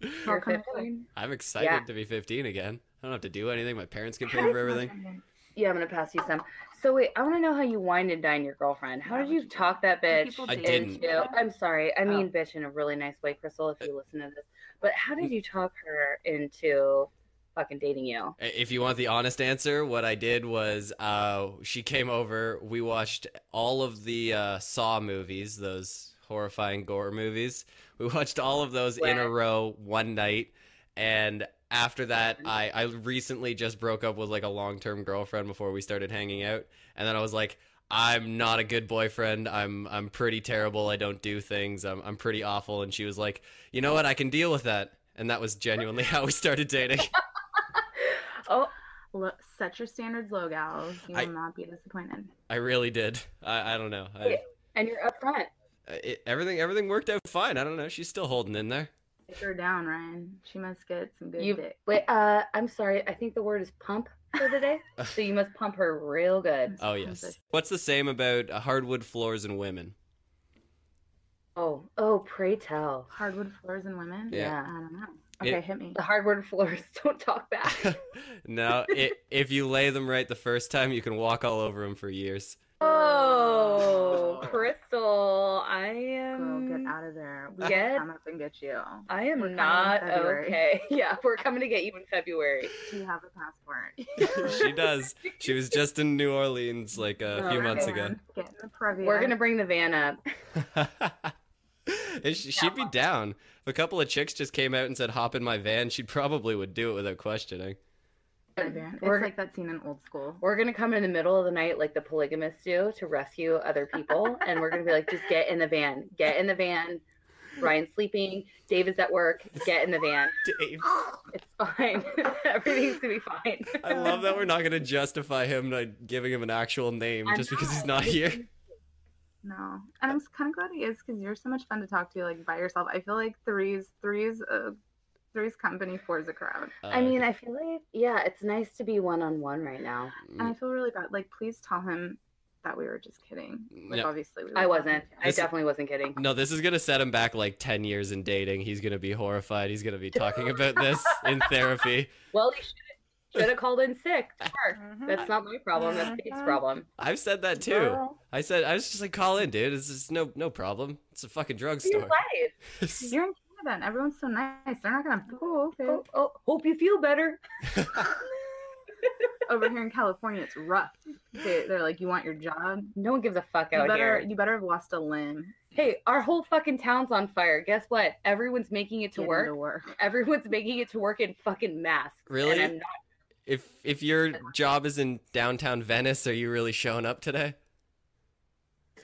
15. All You're coming 15. I'm excited Yeah. to be 15 again. I don't have to do anything. My parents can pay together. for everything. *laughs* Yeah, I'm gonna pass you some. So wait, I want to know how you wine and dine your girlfriend. How Yeah, did what you you do. talk that Do bitch people I date? didn't. into? I'm sorry, I Oh. mean bitch in a really nice way, Crystal. If you listen to this, but how Mm. did you talk her into fucking dating you? *laughs* If you want the honest answer, what I did was uh, she came over. We watched all of the uh, Saw movies, those horrifying gore movies. *laughs* We watched all of those in a Wow. row one night. And after that, I, I recently just broke up with like a long term girlfriend before we started hanging out. And then I was like, I'm not a good boyfriend. I'm I'm pretty terrible. I don't do things. I'm I'm pretty awful. And she was like, you know what? I can deal with that. And that was genuinely *laughs* how we started dating. Oh, Lo- set your standards low gals you will I- not be disappointed I really did. I, I don't know. I, and you're up front. it, everything everything worked out fine. I don't know. She's still holding in there. Take her down ryan she must get some good You- dick Wait, uh, I'm sorry. I think the word is pump for the day. so you must pump her real good. Oh yes. What's the same about uh, hardwood floors and *laughs* women? *laughs* Oh, oh, pray tell. hardwood floors and women Yeah. i don't know It- okay hit me The hardwood floors *laughs* don't *laughs* talk back. no, i if you lay them right the first time, you can walk all over them for years. Oh, Oh. Crystal, I Girl, am. get out of there. We Um, Get- will come up and get you. I am We're coming in not February. okay. *laughs* Yeah, we're coming to get you in February. Do you have *laughs* a passport? she does. She was just in New Orleans like a Oh, few Get months in, ago. Get in the privy. We're gonna bring the van up. *laughs* If she- She'd be down. If a couple of chicks just came out and said, "Hop in my van," she probably would do it without questioning. It's We're- like that scene in old school. We're gonna come in the middle of the night like the polygamists do to rescue other people, and we're gonna be like, just get in the van, get in the van. Ryan's sleeping. Dave is at work. Get in the van. Dave, It's *laughs* fine. Everything's gonna be fine. *laughs* I love that we're not going to justify him by giving him an actual name I'm just because he's not not. here. No, and I'm kind of glad he is because you're so much fun to talk to, like by yourself. I feel like three's three's uh, three's company, four's a crowd, Uh, I mean, I feel like yeah, it's nice to be one on one right now. and I feel really bad. Like, please tell him that we were just kidding. Like, No. obviously, we I were wasn't. I This- definitely *laughs* wasn't kidding. no, this is gonna set him back like ten years in dating. He's gonna be horrified. He's gonna be talking about this in *laughs* therapy. Well, you should should have called in sick. Sure. Mhm. That's not my problem. That's Kate's problem. I've said that too. Girl, I said I was just like, call in, dude. It's just no no problem. It's a fucking Your drugstore. life. *laughs* You're in Canada, and everyone's so nice. They're not gonna. Oh, okay. Oh, *laughs* oh, hope you feel better. Over here in California, it's rough. They, they're like, you want your job? No one gives a fuck You out better, here. you better have lost a limb. Hey, our whole fucking town's on fire. Guess what? Everyone's making it to getting work. To work. Everyone's making it to work in fucking masks. Really? And I'm not- if if your job is in downtown Venice, are you really showing up today?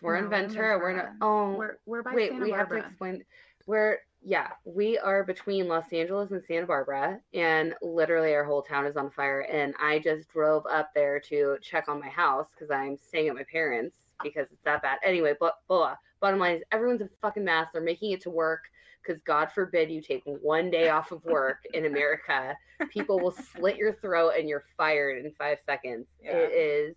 we're No, in we're in Ventura. We're in a, oh We're, we're by wait, Santa we Barbara. have to explain. We're yeah, we are between Los Angeles and Santa Barbara, and literally our whole town is on fire. And I just drove up there to check on my house because I'm staying at my parents because it's that bad. Anyway, but blah. Bottom line is everyone's in fucking mask. They're making it to work because God forbid you take one day off of work *laughs* in America, people will slit your throat and you're fired in five seconds. Yeah. It is,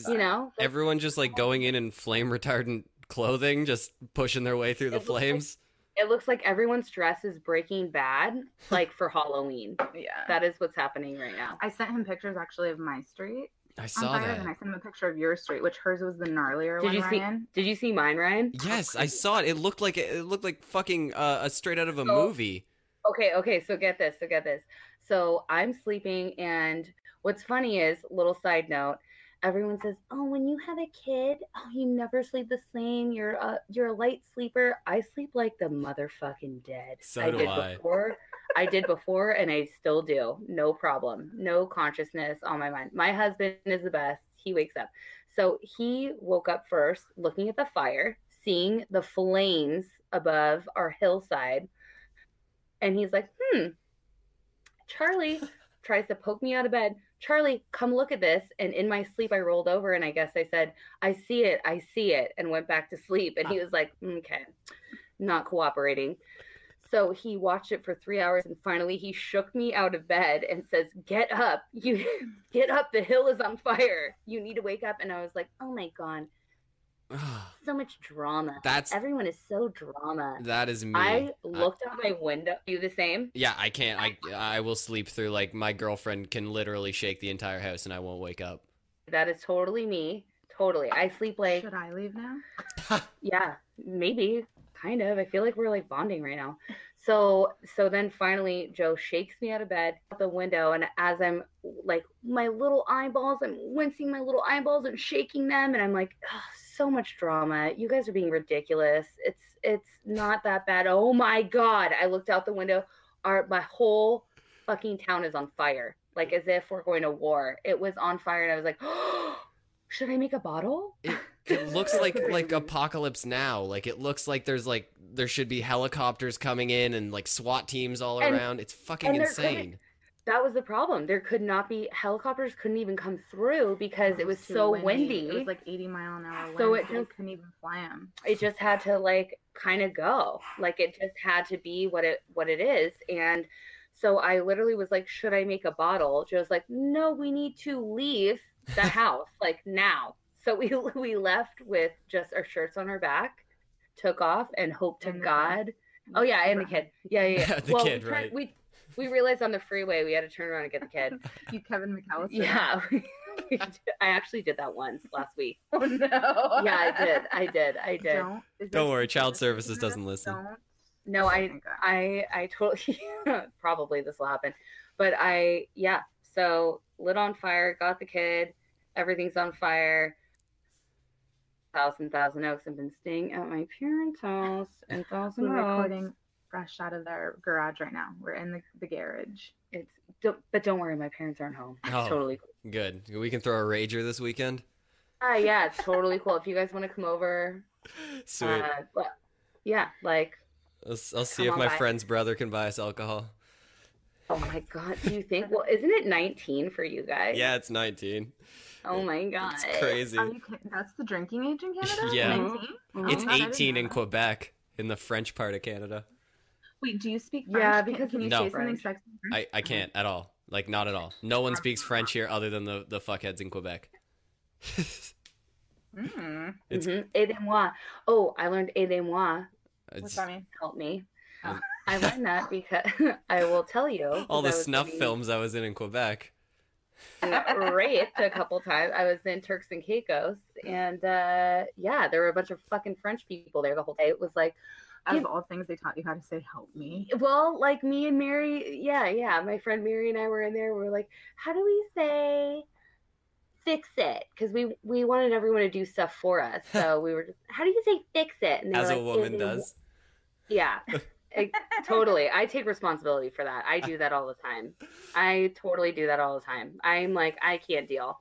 Is you know, that's everyone just like going in in flame retardant clothing, just pushing their way through the It looks like- flames? It looks like everyone's dress is breaking bad, like for Halloween. Yeah. That is what's happening right now. I sent him pictures actually of my street I on saw fire, that. and I sent him a picture of your street, which hers was the gnarlier Did one. you see- Ryan. Did you see mine, Ryan? Yes, I saw it. It looked like it looked like fucking uh, a straight out of a So- movie. *sighs* Okay, okay, so get this, so get this. So I'm sleeping, and what's funny is, little side note, everyone says, "Oh, when you have a kid, oh, you never sleep the same. You're a you're a light sleeper. I sleep like the motherfucking dead. So I do did I. before. I did before, and I still do. No problem. No consciousness on my mind. My husband is the best. He wakes up. So he woke up first, looking at the fire, seeing the flames above our hillside. And he's like, hmm. *laughs* Charlie tries to poke me out of bed. Charlie, come look at this. And in my sleep, I rolled over and I guess I said, I see it, I see it, and went back to sleep. And Ah. he was like, okay, not cooperating. So he watched it for three hours and finally he shook me out of bed and says, Get up. You *laughs* get up. The hill is on fire. You need to wake up. And I was like, Oh my God, so much drama. That's Everyone is so drama. that is me. I looked out my window. You the same? yeah, I can't. I I will sleep through like my girlfriend can literally shake the entire house and I won't wake up. That is totally me. Totally. I sleep like, Should I leave now? yeah, maybe, kind of. I feel like we're like bonding right now. So, so then finally, Joe shakes me out of bed, out the window, and as I'm like, my little eyeballs, I'm wincing my little eyeballs and shaking them, and I'm like, "Ugh, so much drama. You guys are being ridiculous. It's it's not that bad. Oh my god! I looked out the window. Our my whole fucking town is on fire, like as if we're going to war. It was on fire, and I was like, *gasps* should I make a bottle? It, it *laughs* looks like like apocalypse now. Like it looks like there's like there should be helicopters coming in and like SWAT teams all And- around. It's fucking and they're coming- insane. That was the problem. There could not be helicopters couldn't even come through because it was too so windy. It was like 80 mile an hour wind, So so it it just- couldn't even fly him. it just had to like kind of go. Like it just had to be what it what it is. And so I literally was like, should I make a bottle? Joe's like, no, we need to leave *laughs* the house like now. So we *laughs* we left with just our shirts on our back, took off, and hope to And the kid. God. Oh yeah, and the kid. Yeah, yeah. yeah. *laughs* The we kid, turned- right. We we realized on the freeway we had to turn around and get the kid. You Kevin McAllister. Yeah. *laughs* I actually did that once last week. *laughs* Oh no. Yeah, I did. *laughs* I did. I did. Don't. is Don't there worry, child security services cameras? doesn't listen. Don't. No, I my God. I I totally *laughs* probably this will happen. But I yeah, so lit on fire, got the kid, everything's on fire. Thousand Thousand Oaks. I've been staying at my parents' house *laughs* in Thousand We're Oaks. recording fresh out of our garage right now. We're in the, the garage. It's don't, but don't worry, my parents aren't home. It's Oh. totally cool. Good. We can throw a rager this weekend. Ah, yeah, it's totally cool. If you guys want to come over, *laughs* Sweet. uh, but, yeah, like I'll, s- I'll see if on my by. friend's brother can buy us alcohol. Oh my god, do you think? Well, isn't it 19 for you guys? Yeah, it's 19. Oh my god. It's crazy. Are you kidding? That's the drinking age in Canada? *laughs* Yeah. 19? Mhm. Oh, It's God, I didn't 18 know in that. Quebec, in the French part of Canada. Wait, do you speak French? Yeah, Can- because can you it's say something French. sexy? in French? I, I can't at all. Like, not at all. No one speaks French here other than the, the fuckheads in Quebec. Mm. It's- Mhm. Aidez-moi. Oh, I learned aidez-moi. What's It's, that mean? Help me. Uh, Um, I *laughs* learned that because *laughs* I will tell you. 'cause all the I was snuff getting films I was in in Quebec. *laughs* raped a couple times. I was in Turks and Caicos, and uh, yeah, there were a bunch of fucking French people there the whole day. It was like, Out of Yeah. all things, they taught you how to say "help me." well, like me and Mary, yeah, yeah. My friend Mary and I were in there. We were like, how do we say fix it? Because we we wanted everyone to do stuff *laughs* for us, so we were just, how do you say fix it? And they were As a like, woman "Aidez-moi." does. *laughs* Yeah. It- totally. I take responsibility for that. I do that all the time. I totally do that all the time. I'm like, I can't deal.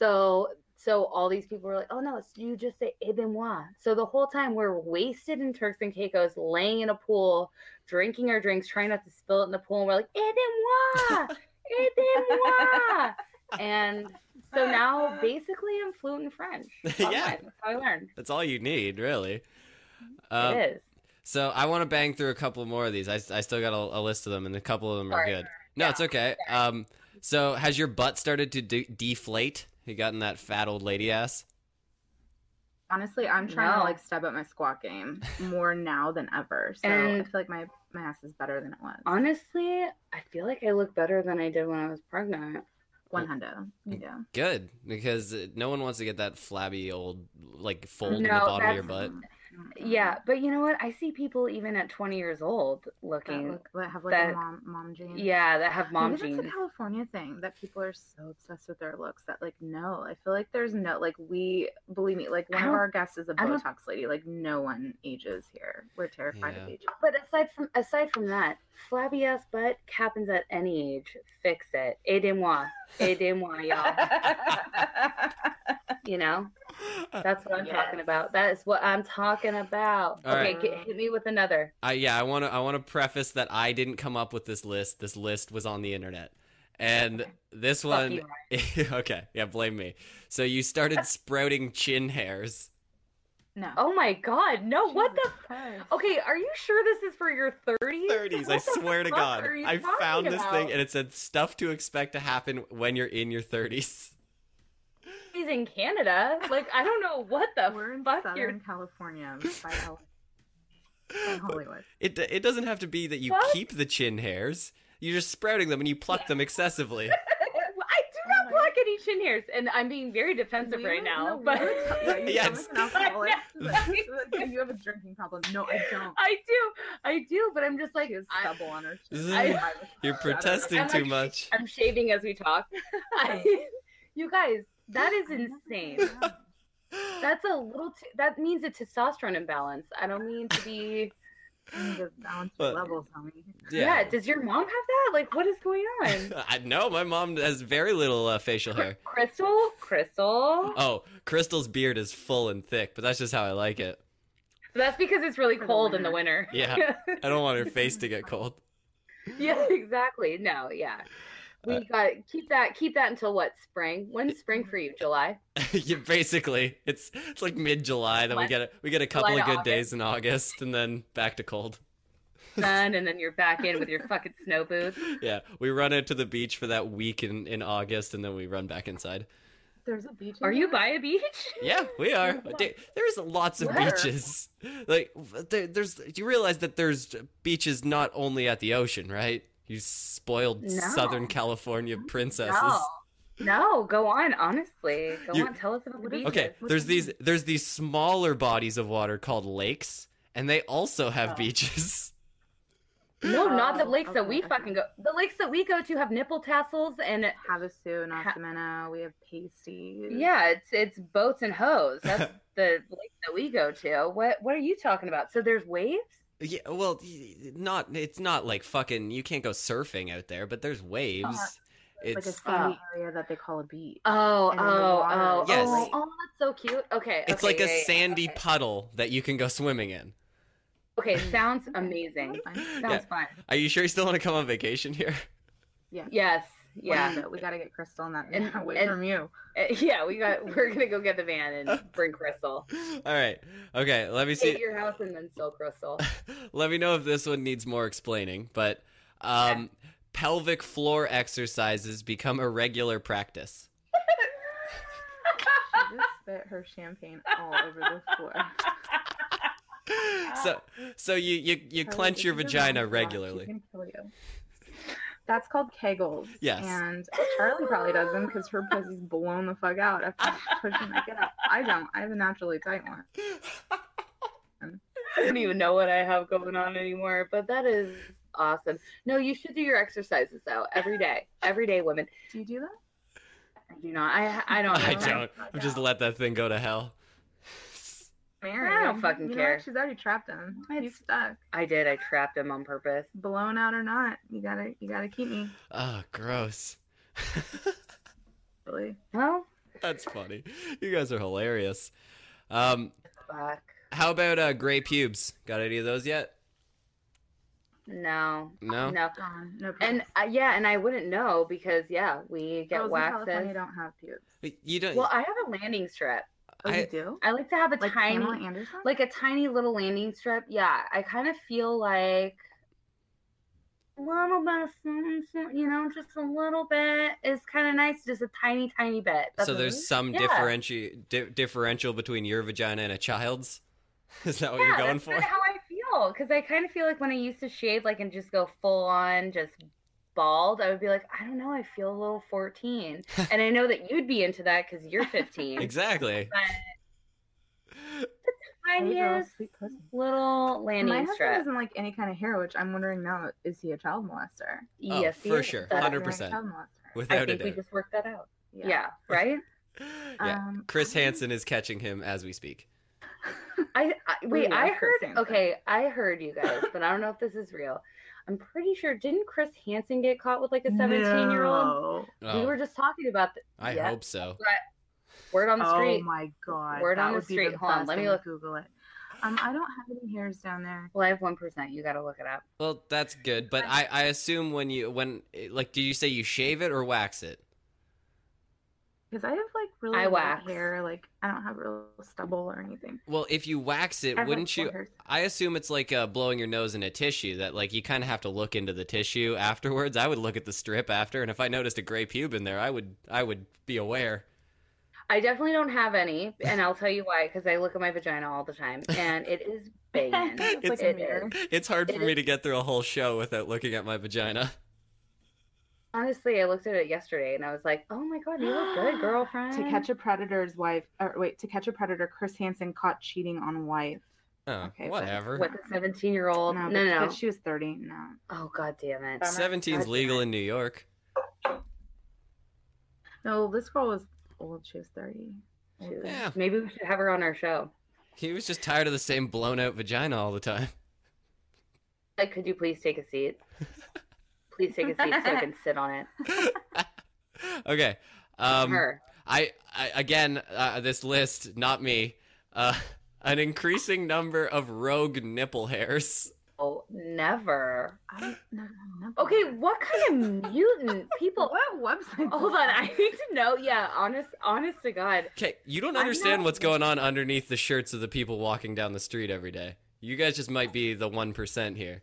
So so all these people were like, oh no, it's, you just say aidez moi. So the whole time we're wasted in Turks and Caicos, laying in a pool, drinking our drinks, trying not to spill it in the pool, and we're like, aidez moi, aidez moi. And so now basically I'm fluent in French. *laughs* Online. Yeah. That's how I learned. That's all you need, really. Um, It is. So I want to bang through a couple more of these. I, I still got a, a list of them, and a couple of them are Sorry. good. No, it's okay. Um, so has your butt started to de- deflate? You gotten that fat old lady ass? Honestly, I'm trying to No. like step up my *laughs* squat game more now than ever. So I And- feel like my my ass is better than it was. Honestly, I feel like I look better than I did when I was pregnant. One hundo. Yeah. Good, because uh, no one wants to get that flabby old like fold in the No, bottom of your that's- butt. Mm-mm. Yeah, but you know what? I see people even at 20 years old That looking, look, that have like a that- mom mom jeans. yeah, that have mom Maybe jeans. that's a California thing that people are so obsessed with their looks that like no, I feel like there's no like we believe me like I one of don't- our guests is a I don't- Botox lady like no one ages here. We're terrified of Yeah. aging. But aside from aside from that, flabby ass butt happens at any age. Fix it. Aidez-moi. Aidez-moi, *laughs* y'all. *laughs* You know, *laughs* that's what I'm Yes. talking about. That is what I'm talking about. All okay, right. get, hit me with another. I yeah, I want to I want to preface that I didn't come up with this list. This list was on the internet, and this Fuck one. you. *laughs* okay, yeah, blame me. So you *laughs* started sprouting chin hairs. no. Oh my god, no! What the? Jesus Christ. Okay, are you sure this is for your 30s? 30s. I What the swear to fuck God. are you I talking found this about? thing and it said stuff to expect to happen when you're in your 30s. He's in Canada. Like I don't know what the We're in fuck Southern you're. California by L- *laughs* by Hollywood. It, it doesn't have to be that you What? keep the chin hairs. You're just sprouting them and you pluck them excessively. *laughs* I do Oh my- not pluck any chin hairs, and I'm being very defensive We right were- no, now. we But *laughs* were talking *laughs* about you Yes. becoming an alcoholic. But no. She was like, *laughs* you have a drinking problem. No, I don't. I do, I do. But I'm just like She has I, stubble *laughs* on her chin. I- I was *laughs* You're shocked. I was protesting I'm too like- much. I'm shaving as we *laughs* talk. I, *laughs* you guys, that *laughs* is insane. like, That's a little. Too, that means a testosterone imbalance. I don't mean to be. I need to balance But- levels, homie. Yeah. Does your mom have that? Like, what is going on? *laughs* I know my mom has very little uh, facial hair. Crystal, Crystal. Oh, Crystal's beard is full and thick, but that's just how I like it. That's because it's really For the cold in the winter. winter. Yeah. I don't want her face to get cold. *laughs* *laughs* yeah exactly no yeah we Uh, got keep that keep that until what spring when's spring for you *laughs* july yeah, basically, it's it's like mid-July. Then we July- get a, we get a couple July of to good August. days in August, and then back to cold. *laughs* sun and then you're back in with your fucking snow boots Yeah, we run out to the beach for that week in, in August, and then we run back inside. There's a beach. in are you there? by a beach *laughs* Yeah, we are. Da- There's lots of Where? beaches. Like, there, there's. Do you realize that there's beaches not only at the ocean, right? You spoiled No. Southern California princesses. no no go on honestly go You- on tell us about the What is beach Okay, What there's do you these there's these smaller bodies of water called lakes, and they also have Oh. beaches. *laughs* no not the Oh, lakes that okay, we okay. fucking go the lakes that we go to have nipple tassels and Havasu and Ha- Osamena. We have pasties. yeah it's it's boats *laughs* and hoes that's the lake that we go to what what are you talking about so there's waves Yeah, well, y- y- not it's not like fucking. You can't go surfing out there, but there's Uh-huh. waves. Like a It's sandy Oh. area that they call a beach. Oh, And in the oh, water. oh, Yes. oh, oh, that's so cute. Okay, it's okay, like a yeah, yeah, sandy okay. puddle that you can go swimming in. Okay, *laughs* sounds amazing. *laughs* Fine. Sounds Yeah. fun. Are you sure you still want to come on vacation here? Yes, *laughs* Yeah. no, we got to get Crystal on that And- van *laughs* away and- *laughs* from you. Uh, Yeah, we got. We're gonna go get the van and bring Crystal. *laughs* All right. Okay. Let me Take see. your house and then steal *laughs* Crystal. Let me know if this one needs more explaining. But um, pelvic floor exercises become a regular practice. She just spit her champagne all over the *laughs* floor. *laughs* So, so you you, you Charlie, clench if your you don't vagina mind the rock, regularly. *laughs* she can kill you. That's called kegels. Yes. And Charlie probably does them because her pussy's blown the fuck out *laughs* after pushing my get up. I don't. I have a naturally tight one. I don't even know what I have going on anymore, but that is awesome. No, you should do your exercises though every day. Every day, women. Do you do that? I do not. I I *laughs* don't. I know. don't. I'm just let that thing go to hell. *laughs* Married. I don't fucking You know what? care. She's already trapped him. He's It's- stuck. I did. I trapped him on purpose. Blown out or not, you gotta you gotta keep me. Oh, gross. Really. Well, That's funny. You guys are hilarious. Um, fuck. how about uh, gray pubes? Got any of those yet? No. No. No. Gone. No. pubes. And uh, yeah, and I wouldn't know because yeah, we get Girls in California waxes. don't have pubes. You don't. Well, um, I have a landing strip. Oh, I- you do? I like to have a Like tiny, Pamela Anderson? like a tiny little landing strip. Yeah, I kind of feel like a little bit of something, some- you know, just a little bit is kind of nice. Just a tiny, tiny bit. That's so what- there's some Yeah. differenti- di- differential between your vagina and a child's. *laughs* Is that what yeah, you're going that's for? kinda how I feel because I kind of feel like when I used to shave, like and just go full on, just bald. I would be like, I don't know, I feel a little *laughs* 14, and I know that you'd be into that because you're *laughs* 15. Exactly. Hey, girl, Tiniest sweet pussy. little My landing husband strip. doesn't like any kind of hair, which I'm wondering now: is he a child molester? Oh, yes, he for is. sure. Is he a 100%. Child molester. I Without a think we doubt. just worked that out. Yeah, *laughs* right. Yeah. Um, Chris I don't- Hansen is catching him as we speak. I, I wait. love I Chris heard. Hansen. Okay, I heard you guys, but I don't know if this is real. I'm pretty sure. Didn't Chris Hansen get caught with like a 17 year old? No. Oh, We were just talking about the I yeah. hope so. word on the Oh street. my god. Word that on the would be street. Hold on, best let me thing. look. Google it. Um, I don't have any hairs down there. Well, I have one percent. You got to look it up. Well, that's good, but I, I assume when you when like, do you say you shave it or wax it? Because I have like really I light wax. hair, like I don't have real stubble or anything. Well, if you wax it, I have, like, wouldn't you? full hairs. I assume it's like uh, blowing your nose in a tissue that like you kind of have to look into the tissue afterwards. I would look at the strip after, and if I noticed a gray pube in there, I would I would be aware. I definitely don't have any, and I'll tell you why. Because I look at my vagina all the time, and it *laughs* is banging. It's like It a is. mirror. It's hard It for me to get through a whole show without looking at my vagina. Honestly, I looked at it yesterday, and I was like, "Oh my god, you look good, girlfriend." *gasps* To catch a predator's wife, or wait, to catch a predator, Chris Hansen caught cheating on wife. Oh, Okay, but- whatever. with a 17 year old. No, but- no, no. but she was thirty. No, Oh god damn it. Bummer. Seventeen's God legal in New York. no, this girl was old. She was thirty. She was- Yeah. Maybe we should have her on our show. He was just tired of the same blown out vagina all the time. *laughs* Like, could you please take a seat? Please take a seat so I can sit on it. okay. Um, her. I, I again, uh, this list, not me. Uh, *laughs* an increasing number of rogue nipple hairs. Oh, never. I never remember. Okay, what kind of mutant *laughs* people? What website? Hold on, *laughs* I need to know. Yeah, honest, honest to God. Okay, you don't I'm understand not- what's going on underneath the shirts of the people walking down the street every day. You guys just might be the one percent here.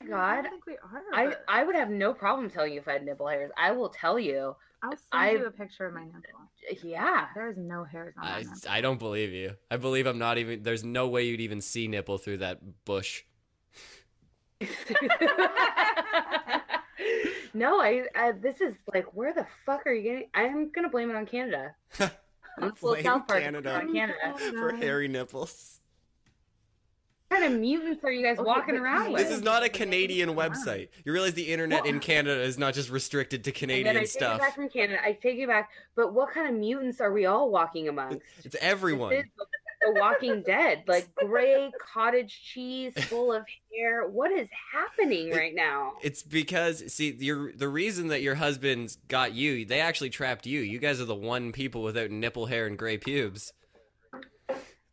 I God, don't think we are. I but I would have no problem telling you if I had nipple hairs. I will tell you. I'll send I- you a picture of my nipple. Yeah. *laughs* There is no hairs on my I, nipple. I don't believe you. I believe I'm not even. There's no way you'd even see nipple through that bush. no, I, I. This is like, where the fuck are you getting? I'm gonna blame it *laughs* on Canada. I'm full Blame South Park Canada. on Oh Canada. *laughs* For hairy nipples. What kind of mutants are you guys Okay, walking but around anyway. with? This is not a Canadian website. You realize the internet in Well- Canada is not just restricted to And then I Canadian take it stuff. back from Canada. I take it back. But what kind of mutants are we all walking amongst? It's This everyone. is the Walking *laughs* Dead, like gray cottage cheese full of hair. What is happening right now? It's because see your the reason that your husband's got you, they actually trapped you. You guys are the one people without nipple hair and gray pubes.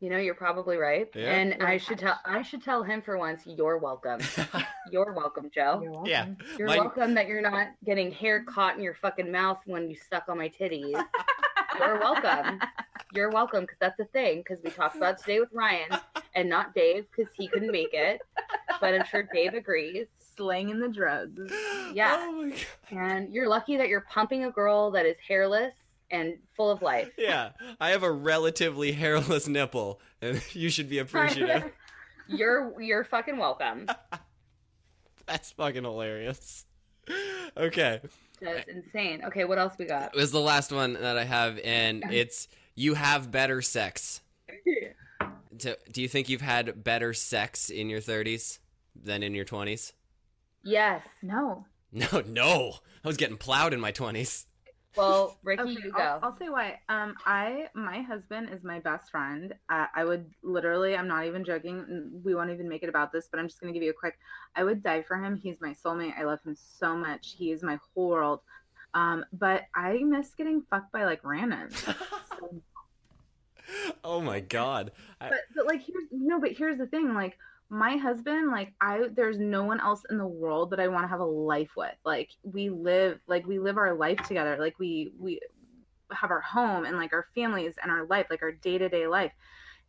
You know, you're probably right. Yeah. And I Right. should tell I should tell him for once, you're *laughs* welcome. You're welcome, Joe. yeah. You're Like- welcome that you're not getting hair caught in your fucking mouth when you suck on my titties. you're welcome. You're welcome because that's a thing because we talked about it today with Ryan and not Dave because he couldn't make it, but I'm sure Dave agrees. Slanging the drugs. Yeah. Oh my god. And you're lucky that you're pumping a girl that is hairless and full of life. Yeah. I have a relatively hairless nipple, and *laughs* you should be *laughs* appreciative. You're you're fucking welcome. That's fucking hilarious. Okay. That's insane. Okay, what else we got? It was the last one that I have, and it's you have better *laughs* sex. Do, do you think you've had better sex in your 30s than in your 20s? Yes. No. *laughs* No, no. I was getting plowed in my 20s. Well, Ricky, Okay, you go. I'll, I'll say why. Um, I my husband is my best friend. Uh, I would literally, I'm not even joking. n- We won't even make it about this, but I'm just gonna give you a quick. I would die for him. He's my soulmate. I love him so much. He is my whole world. Um, but I miss getting fucked by like *laughs* randoms. So Oh my god. I- but but like here's no but here's the thing like my husband like i there's no one else in the world that i want to have a life with like we live like we live our life together like we we have our home and like our families and our life like our day-to-day life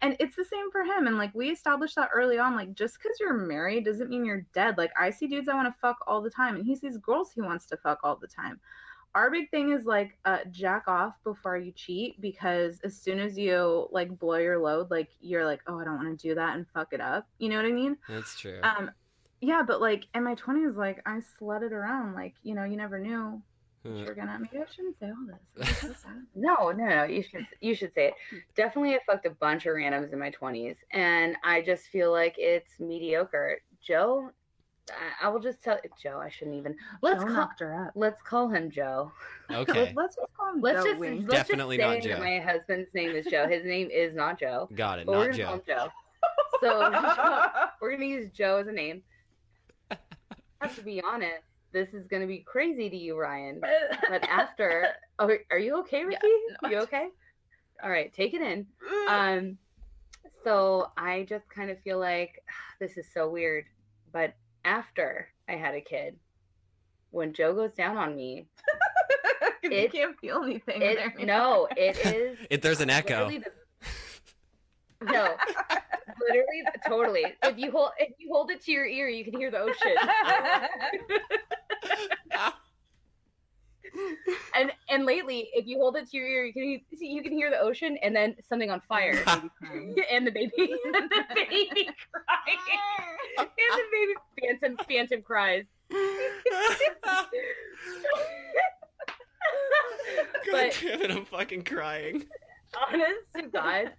and it's the same for him and like we established that early on like just because you're married doesn't mean you're dead like i see dudes i want to fuck all the time and he sees girls he wants to fuck all the time our big thing is like uh, jack off before you cheat because as soon as you like blow your load like you're like oh i don't want to do that and fuck it up you know what i mean That's true. um yeah but like in my 20s like i slutted around like you know you never knew what you Uh, were gonna maybe i shouldn't say all *laughs* this I'm so sad. No, no, no. You should you should say it. Hmm. Definitely, I fucked a bunch of randoms in my twenties, and I just feel like it's mediocre. Joe, I, I will just tell Joe. I shouldn't even. Let's Don't call. knocked her *laughs* up Let's call him Joe. Okay. *laughs* let's just call him Let's Joe just Wing. *laughs* let's just Definitely say not Joe. That my husband's name is Joe. His name is *laughs* not Joe. Got it. But we're Not gonna call Joe. him Joe. Uh, So we're gonna use Joe as *laughs* a name. I have to be honest. This is gonna be crazy to you, Ryan. But *laughs* after, oh, are you okay, Ricky? no, you I'm okay? All right, take it *laughs* in. Um, so I just kind of feel like *sighs* this is so weird. But after I had a kid, when Joe goes down on me, *laughs* 'Cause you it- can't feel anything in there it *laughs* no, it is If there's an echo. *laughs* *laughs* literally the- *laughs* no, literally, totally. If you hold if you hold it to your ear, you can hear the *laughs* ocean. And and lately, if you hold it to your ear, you can see you can hear the ocean and then something on *laughs* fire. *laughs* Mm-hmm. and the baby *laughs* and the baby crying. and the baby phantom phantom cries. *laughs* God but damn it, I'm fucking crying. honest to God,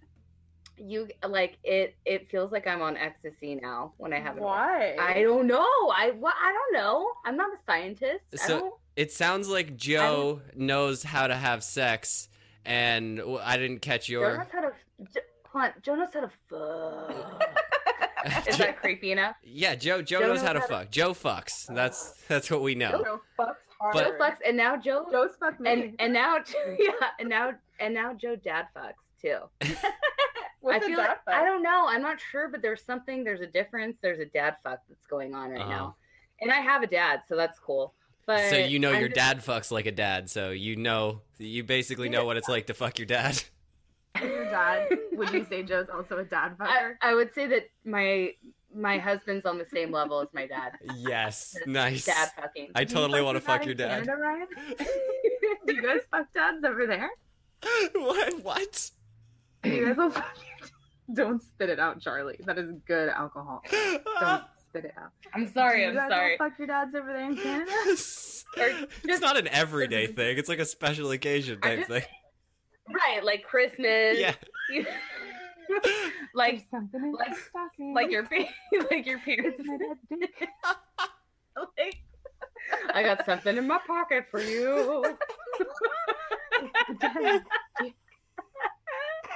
you like it it feels like I'm on ecstasy now when I have an orgasm. why I don't know. I wha- I don't know. I'm not a scientist. So- I don't It sounds like Joe knows how to have sex, and w- I didn't catch Joe knows your. how to Jo- hold on, Joe knows how to fuck. *laughs* Is Jo- that creepy enough? yeah, Joe. Joe, Joe knows how to fuck. Joe fucks. That's that's what we know. Joe fucks hard. But- Joe fucks and now Joe Joe's fucked me. and and now *laughs* yeah, and now and now Joe dad fucks too. What's I feel a dad like fuck? I don't know. I'm not sure, but there's something. There's a difference. There's a dad fuck that's going on right Uh-huh. now, and I have a dad, so that's cool. But So you know I'm your just- dad fucks like a dad. So you know you basically know what it's like to fuck your dad. *laughs* your dad. *laughs* Would you say Joe's also a dad I, fucker? I would say that my my husband's on the same level as my dad. Yes, nice. Dad fucking. I totally want to fuck your in dad. Canada, Ryan? Do you guys fuck dads over there? *laughs* what? What? Do you guys will fuck your dad? Don't spit it out, Charlie. That is *laughs* good alcohol. Don't spit it out. I'm Do sorry. you I'm guys sorry. All fuck your dads over there in Canada. *laughs* it's just- not an *laughs* everyday thing. It's like a special occasion I type just- thing. Right, like Christmas. Yeah. *laughs* like There's something in like- your stocking. like your pa- *laughs* like your parents. It's my dad's dick. like, *laughs* *laughs* I got something in my pocket for you. *laughs* Dad's dick.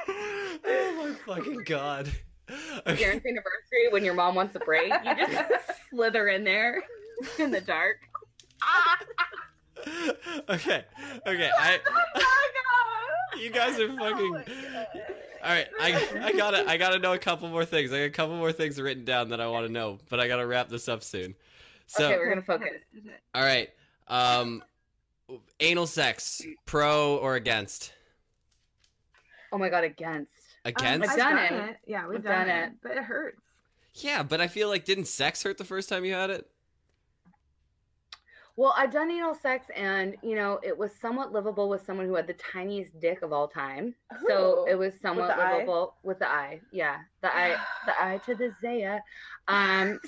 oh my fucking *laughs* god. Okay. Parents' anniversary when your mom wants a break, you *laughs* just slither in there *laughs* in the dark. okay. Okay. I you guys are Oh my *laughs* Oh fucking God. All right, I I gotta I gotta know a couple more things. I got a couple more things written down that I want to know, but I gotta wrap this up soon. So, Okay, we're gonna focus. all right, um, anal sex, pro or against? Um, Oh my god, against. Against? I've Um, I've done done, it. it. Yeah, we've, done, it. but it *laughs* hurts. yeah, but I feel like didn't sex hurt the first time you had it? Well, I've done anal sex, and you know, it was somewhat livable with someone who had the tiniest dick of all time. So Ooh. it was somewhat the eye? livable with the eye. Yeah, the eye, the *gasps* eye to the Zaya. *laughs* Um,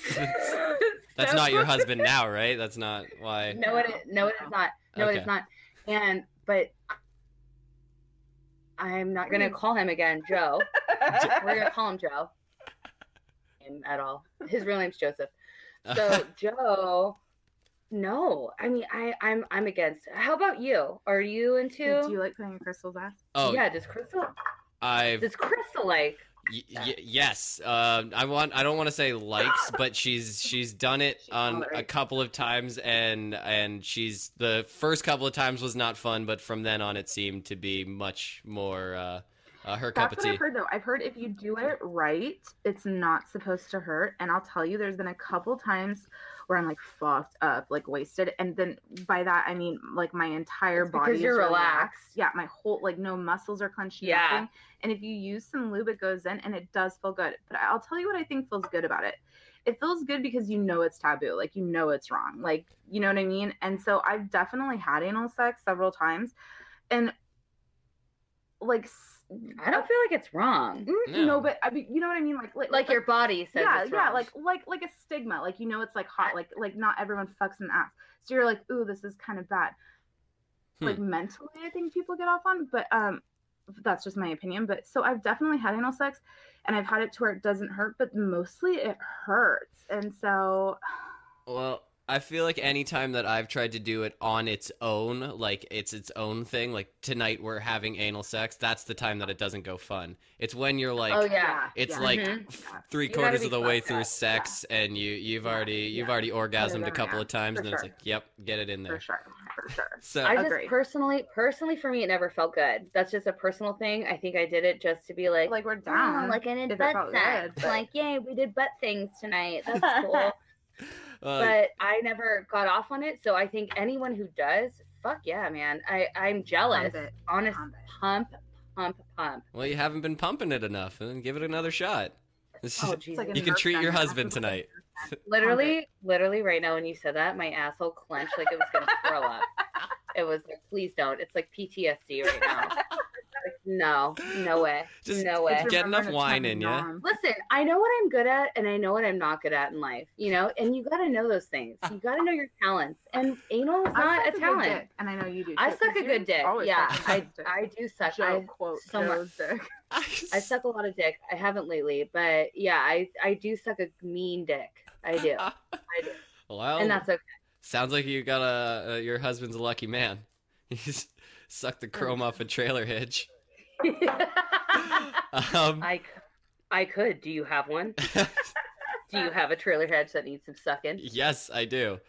That's so- not *laughs* *laughs* your husband now, right? That's not why. *laughs* No, it no, it is not. No, it Okay. is not. And but I'm not gonna call him again, Joe. We're gonna call him Joe. Him at all. His real name's Joseph. *laughs* So Joe. No, I mean I I'm I'm against. How about you? Are you into? Do you like putting a crystal's ass? oh, yeah. Does Crystal I've does Crystal like? Y- y- yes, uh, I want. I don't want to say likes, but she's she's done it on a alright. couple of times, and and she's the first couple of times was not fun, but from then on it seemed to be much more uh, uh, her cup of That's what tea. I've heard though. I've heard if you do it right, it's not supposed to hurt. And I'll tell you, there's been a couple times where I'm like fucked up, like wasted, and then by that I mean like my entire It's body because is you're relaxed. Yeah, my whole like no muscles are clenched. Yeah. nothing. And if you use some lube, it goes in, and it does feel good. But I'll tell you what I think feels good about it. It feels good because you know it's taboo, like you know it's wrong, like you know what I mean. And so I've definitely had anal sex several times, and like. s- I don't feel like it's wrong. Mm, No. No. but I mean, you know what I mean. Like, like, Like your body says. yeah, it's yeah, wrong. like, like, like a stigma. Like, you know, it's like hot. Like, like not everyone fucks an ass. So you're like, ooh, this is kind of bad. Hmm. Like mentally, I think people get off on, but um, that's just my opinion. But so I've definitely had anal sex, and I've had it to where it doesn't hurt, but mostly it hurts. And so, Well, I feel like any time that I've tried to do it on its own, like it's its own thing, like tonight we're having anal sex, that's the time that it doesn't go fun. It's when you're like, oh yeah. it's yeah. like Mhm. f- Yeah. three You gotta quarters be of the way fucked through up, sex and you you've Yeah, already you've yeah. already orgasmed a there, couple yeah, of times for and then it's sure. like yep get it in there *laughs* for sure, for sure. so uh, I just Agree. personally, personally for me, it never felt good. That's just a personal thing. I think I did it just to be like, Like we're "Oh, down. like I if did it butt felt sex. good, but- Like, yay, we did butt things tonight. That's *laughs* cool. uh, but I never got off on it. So I think anyone who does, fuck yeah, man. I I'm jealous. it. Honest, Pump it. pump, pump, pump. well you haven't been pumping it enough and give it another shot *laughs* This Oh is- Jesus! like a you can Nerf treat gun your to ass husband with a tonight literally, literally, right now when you said that, my asshole clenched like it was gonna throw *laughs* up. It was like, please don't. It's like PTSD right now. *laughs* like, no, no way, Just- *laughs* no way. It's Get enough remembering a wine time in ya. numb. Listen, I know what I'm good at and I know what I'm not good at in life, you know, and you got to know those things. You got to know your talents. And anal is I not suck a good talent. dick, and I know you do. I too, suck 'cause a you good dick. always Yeah, suck a I, good *laughs* dick. I do suck. Joe, I, quote so much. Joe's dick. I suck a lot of dick. I haven't lately, but yeah, I, I do suck a mean dick. *laughs* I do. do. well And that's okay. sounds like you got a uh, your husband's a lucky man *laughs* he's sucked the chrome off a trailer hitch um *laughs* I, c- I could. Do you *laughs* have one? Do you have a trailer hedge that needs some sucking? yes i do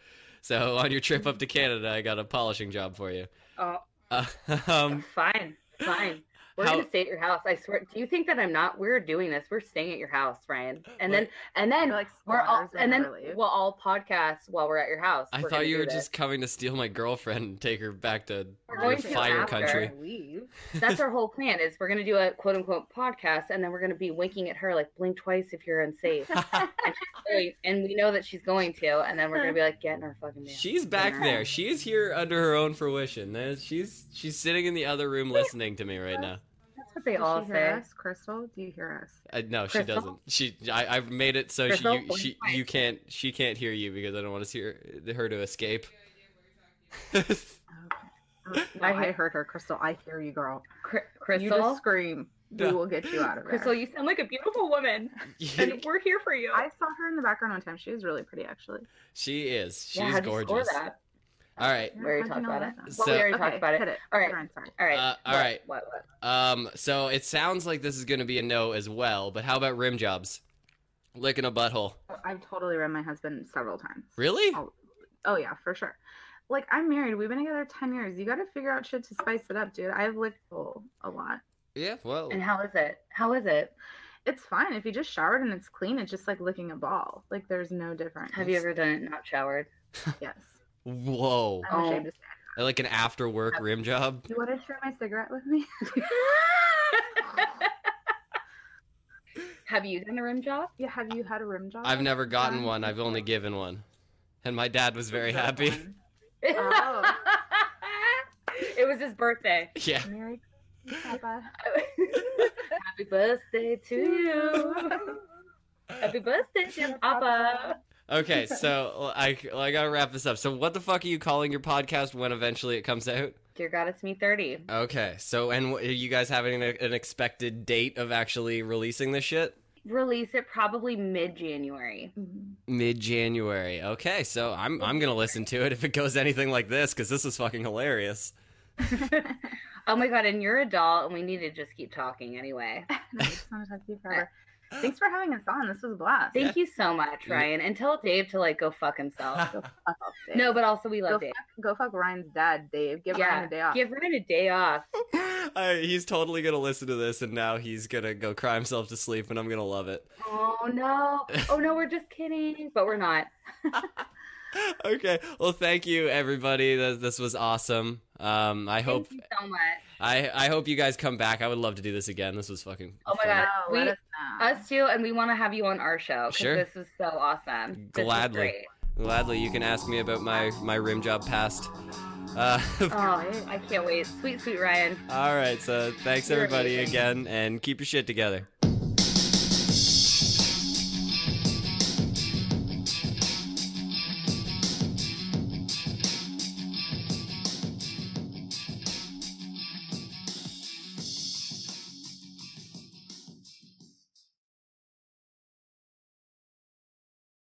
so on your trip up to canada i got a polishing job for you Oh, uh, *laughs* um fine. Fine. We're How- gonna stay at your house. I swear. Do you think that I'm not? We're doing this. We're staying at your house, Ryan. And then, *laughs* and You're then like we're all, squatters, they and then *laughs* never leave. we'll all podcast while we're at your house. I We're thought gonna you do were this. just coming to steal my girlfriend and take her back to We're the going to fire after. *laughs* country. *laughs* Leave. That's our whole plan. Is we're gonna do a quote unquote podcast, and then we're gonna be winking at her like blink twice if you're *laughs* unsafe. and we know that she's going to, and then we're gonna be like, get in her fucking van. she's back there. She is here under her own fruition. There's, she's she's sitting in the other room listening to me right now. That's what they Does all she hear say. us, Crystal? Do you hear us? Uh, no, she Crystal? doesn't. She I, I've made it so she Crystal, you, blink she twice. you can't she can't hear you because I don't want to see her, uh, her to escape. *laughs* Okay. No, I hear- I heard her, Crystal. I hear you, girl. Cr- You Crystal, just scream. Yeah. We will get you out of there. Crystal, you sound like a *laughs* beautiful woman, and we're here for you. I saw her in the background one time. She was really pretty, actually. she is. She's how'd you score gorgeous. that? All right. We already talked How'd you know about it. that? Well, So- we already talked about it. Hit it. All right. Ryan, sorry. All right. Uh, all What- right. what- what- Um, so it sounds like this is going to be a no as well, but how about rim jobs? Licking a butthole. I've totally read my husband several times. Really? Oh. Oh yeah, for sure. Like I'm married. We've been together ten years. You got to figure out shit to spice it up, dude. I've licked hole a lot. Yeah, well, And how is it? How is it? It's fine if you just showered and it's clean. It's just like licking a ball. Like there's no difference. Have you ever done it not *laughs* showered? *laughs* Yes. whoa, I'm Oh. ashamed to say. like an after work rim job. You want to share my cigarette with me? *laughs* Have you done a rim job? yeah. Have you had a rim job? I've never gotten Um, one. I've only given one, and my dad was very Um, happy. *laughs* Oh. it was his birthday. *laughs* Yeah, Merry Christmas, Papa. Happy birthday to *laughs* you. Happy birthday, dear Papa. Okay, *laughs* so I I gotta wrap this up. So what the fuck are you calling your podcast when eventually it comes out? Dear God, it's me 30. Okay, so and what, are you guys having an, an expected date of actually releasing this shit? Release it probably mid *laughs* January. Mhm. Mid January. Okay, so I'm I'm gonna listen to it if it goes anything like this because this is fucking *laughs* hilarious. Oh my God, and you're a doll, and we need to just keep talking anyway. No, I just want to talk to you forever. Thanks for having us on. This was a blast. Thank you so much, Yeah. Ryan. And tell Dave to like go *laughs* fuck himself. Go fuck off, Dave. no, but also we go love fuck, Dave. go fuck Ryan's dad, Dave. Give Yeah, Ryan a day off. Give Ryan a day off. I, he's totally gonna listen to this and now he's gonna go cry himself to sleep and I'm gonna love it. *laughs* Oh no. Oh no, we're just kidding. But we're not. okay, well thank you everybody. This, this was awesome. Um, I hope Thank you so much. I I hope you guys come back. I would love to do this again. This was fucking. Oh my fun. God. No, We- let us know. Us too, and we want to have you on our show. 'cause Sure. This was so awesome. This was Gladly. great. Gladly, you can ask me about my my rim job past. Uh, *laughs* Oh, I can't wait. Sweet, sweet Ryan. all right, so thanks You're everybody amazing. again, and keep your shit together.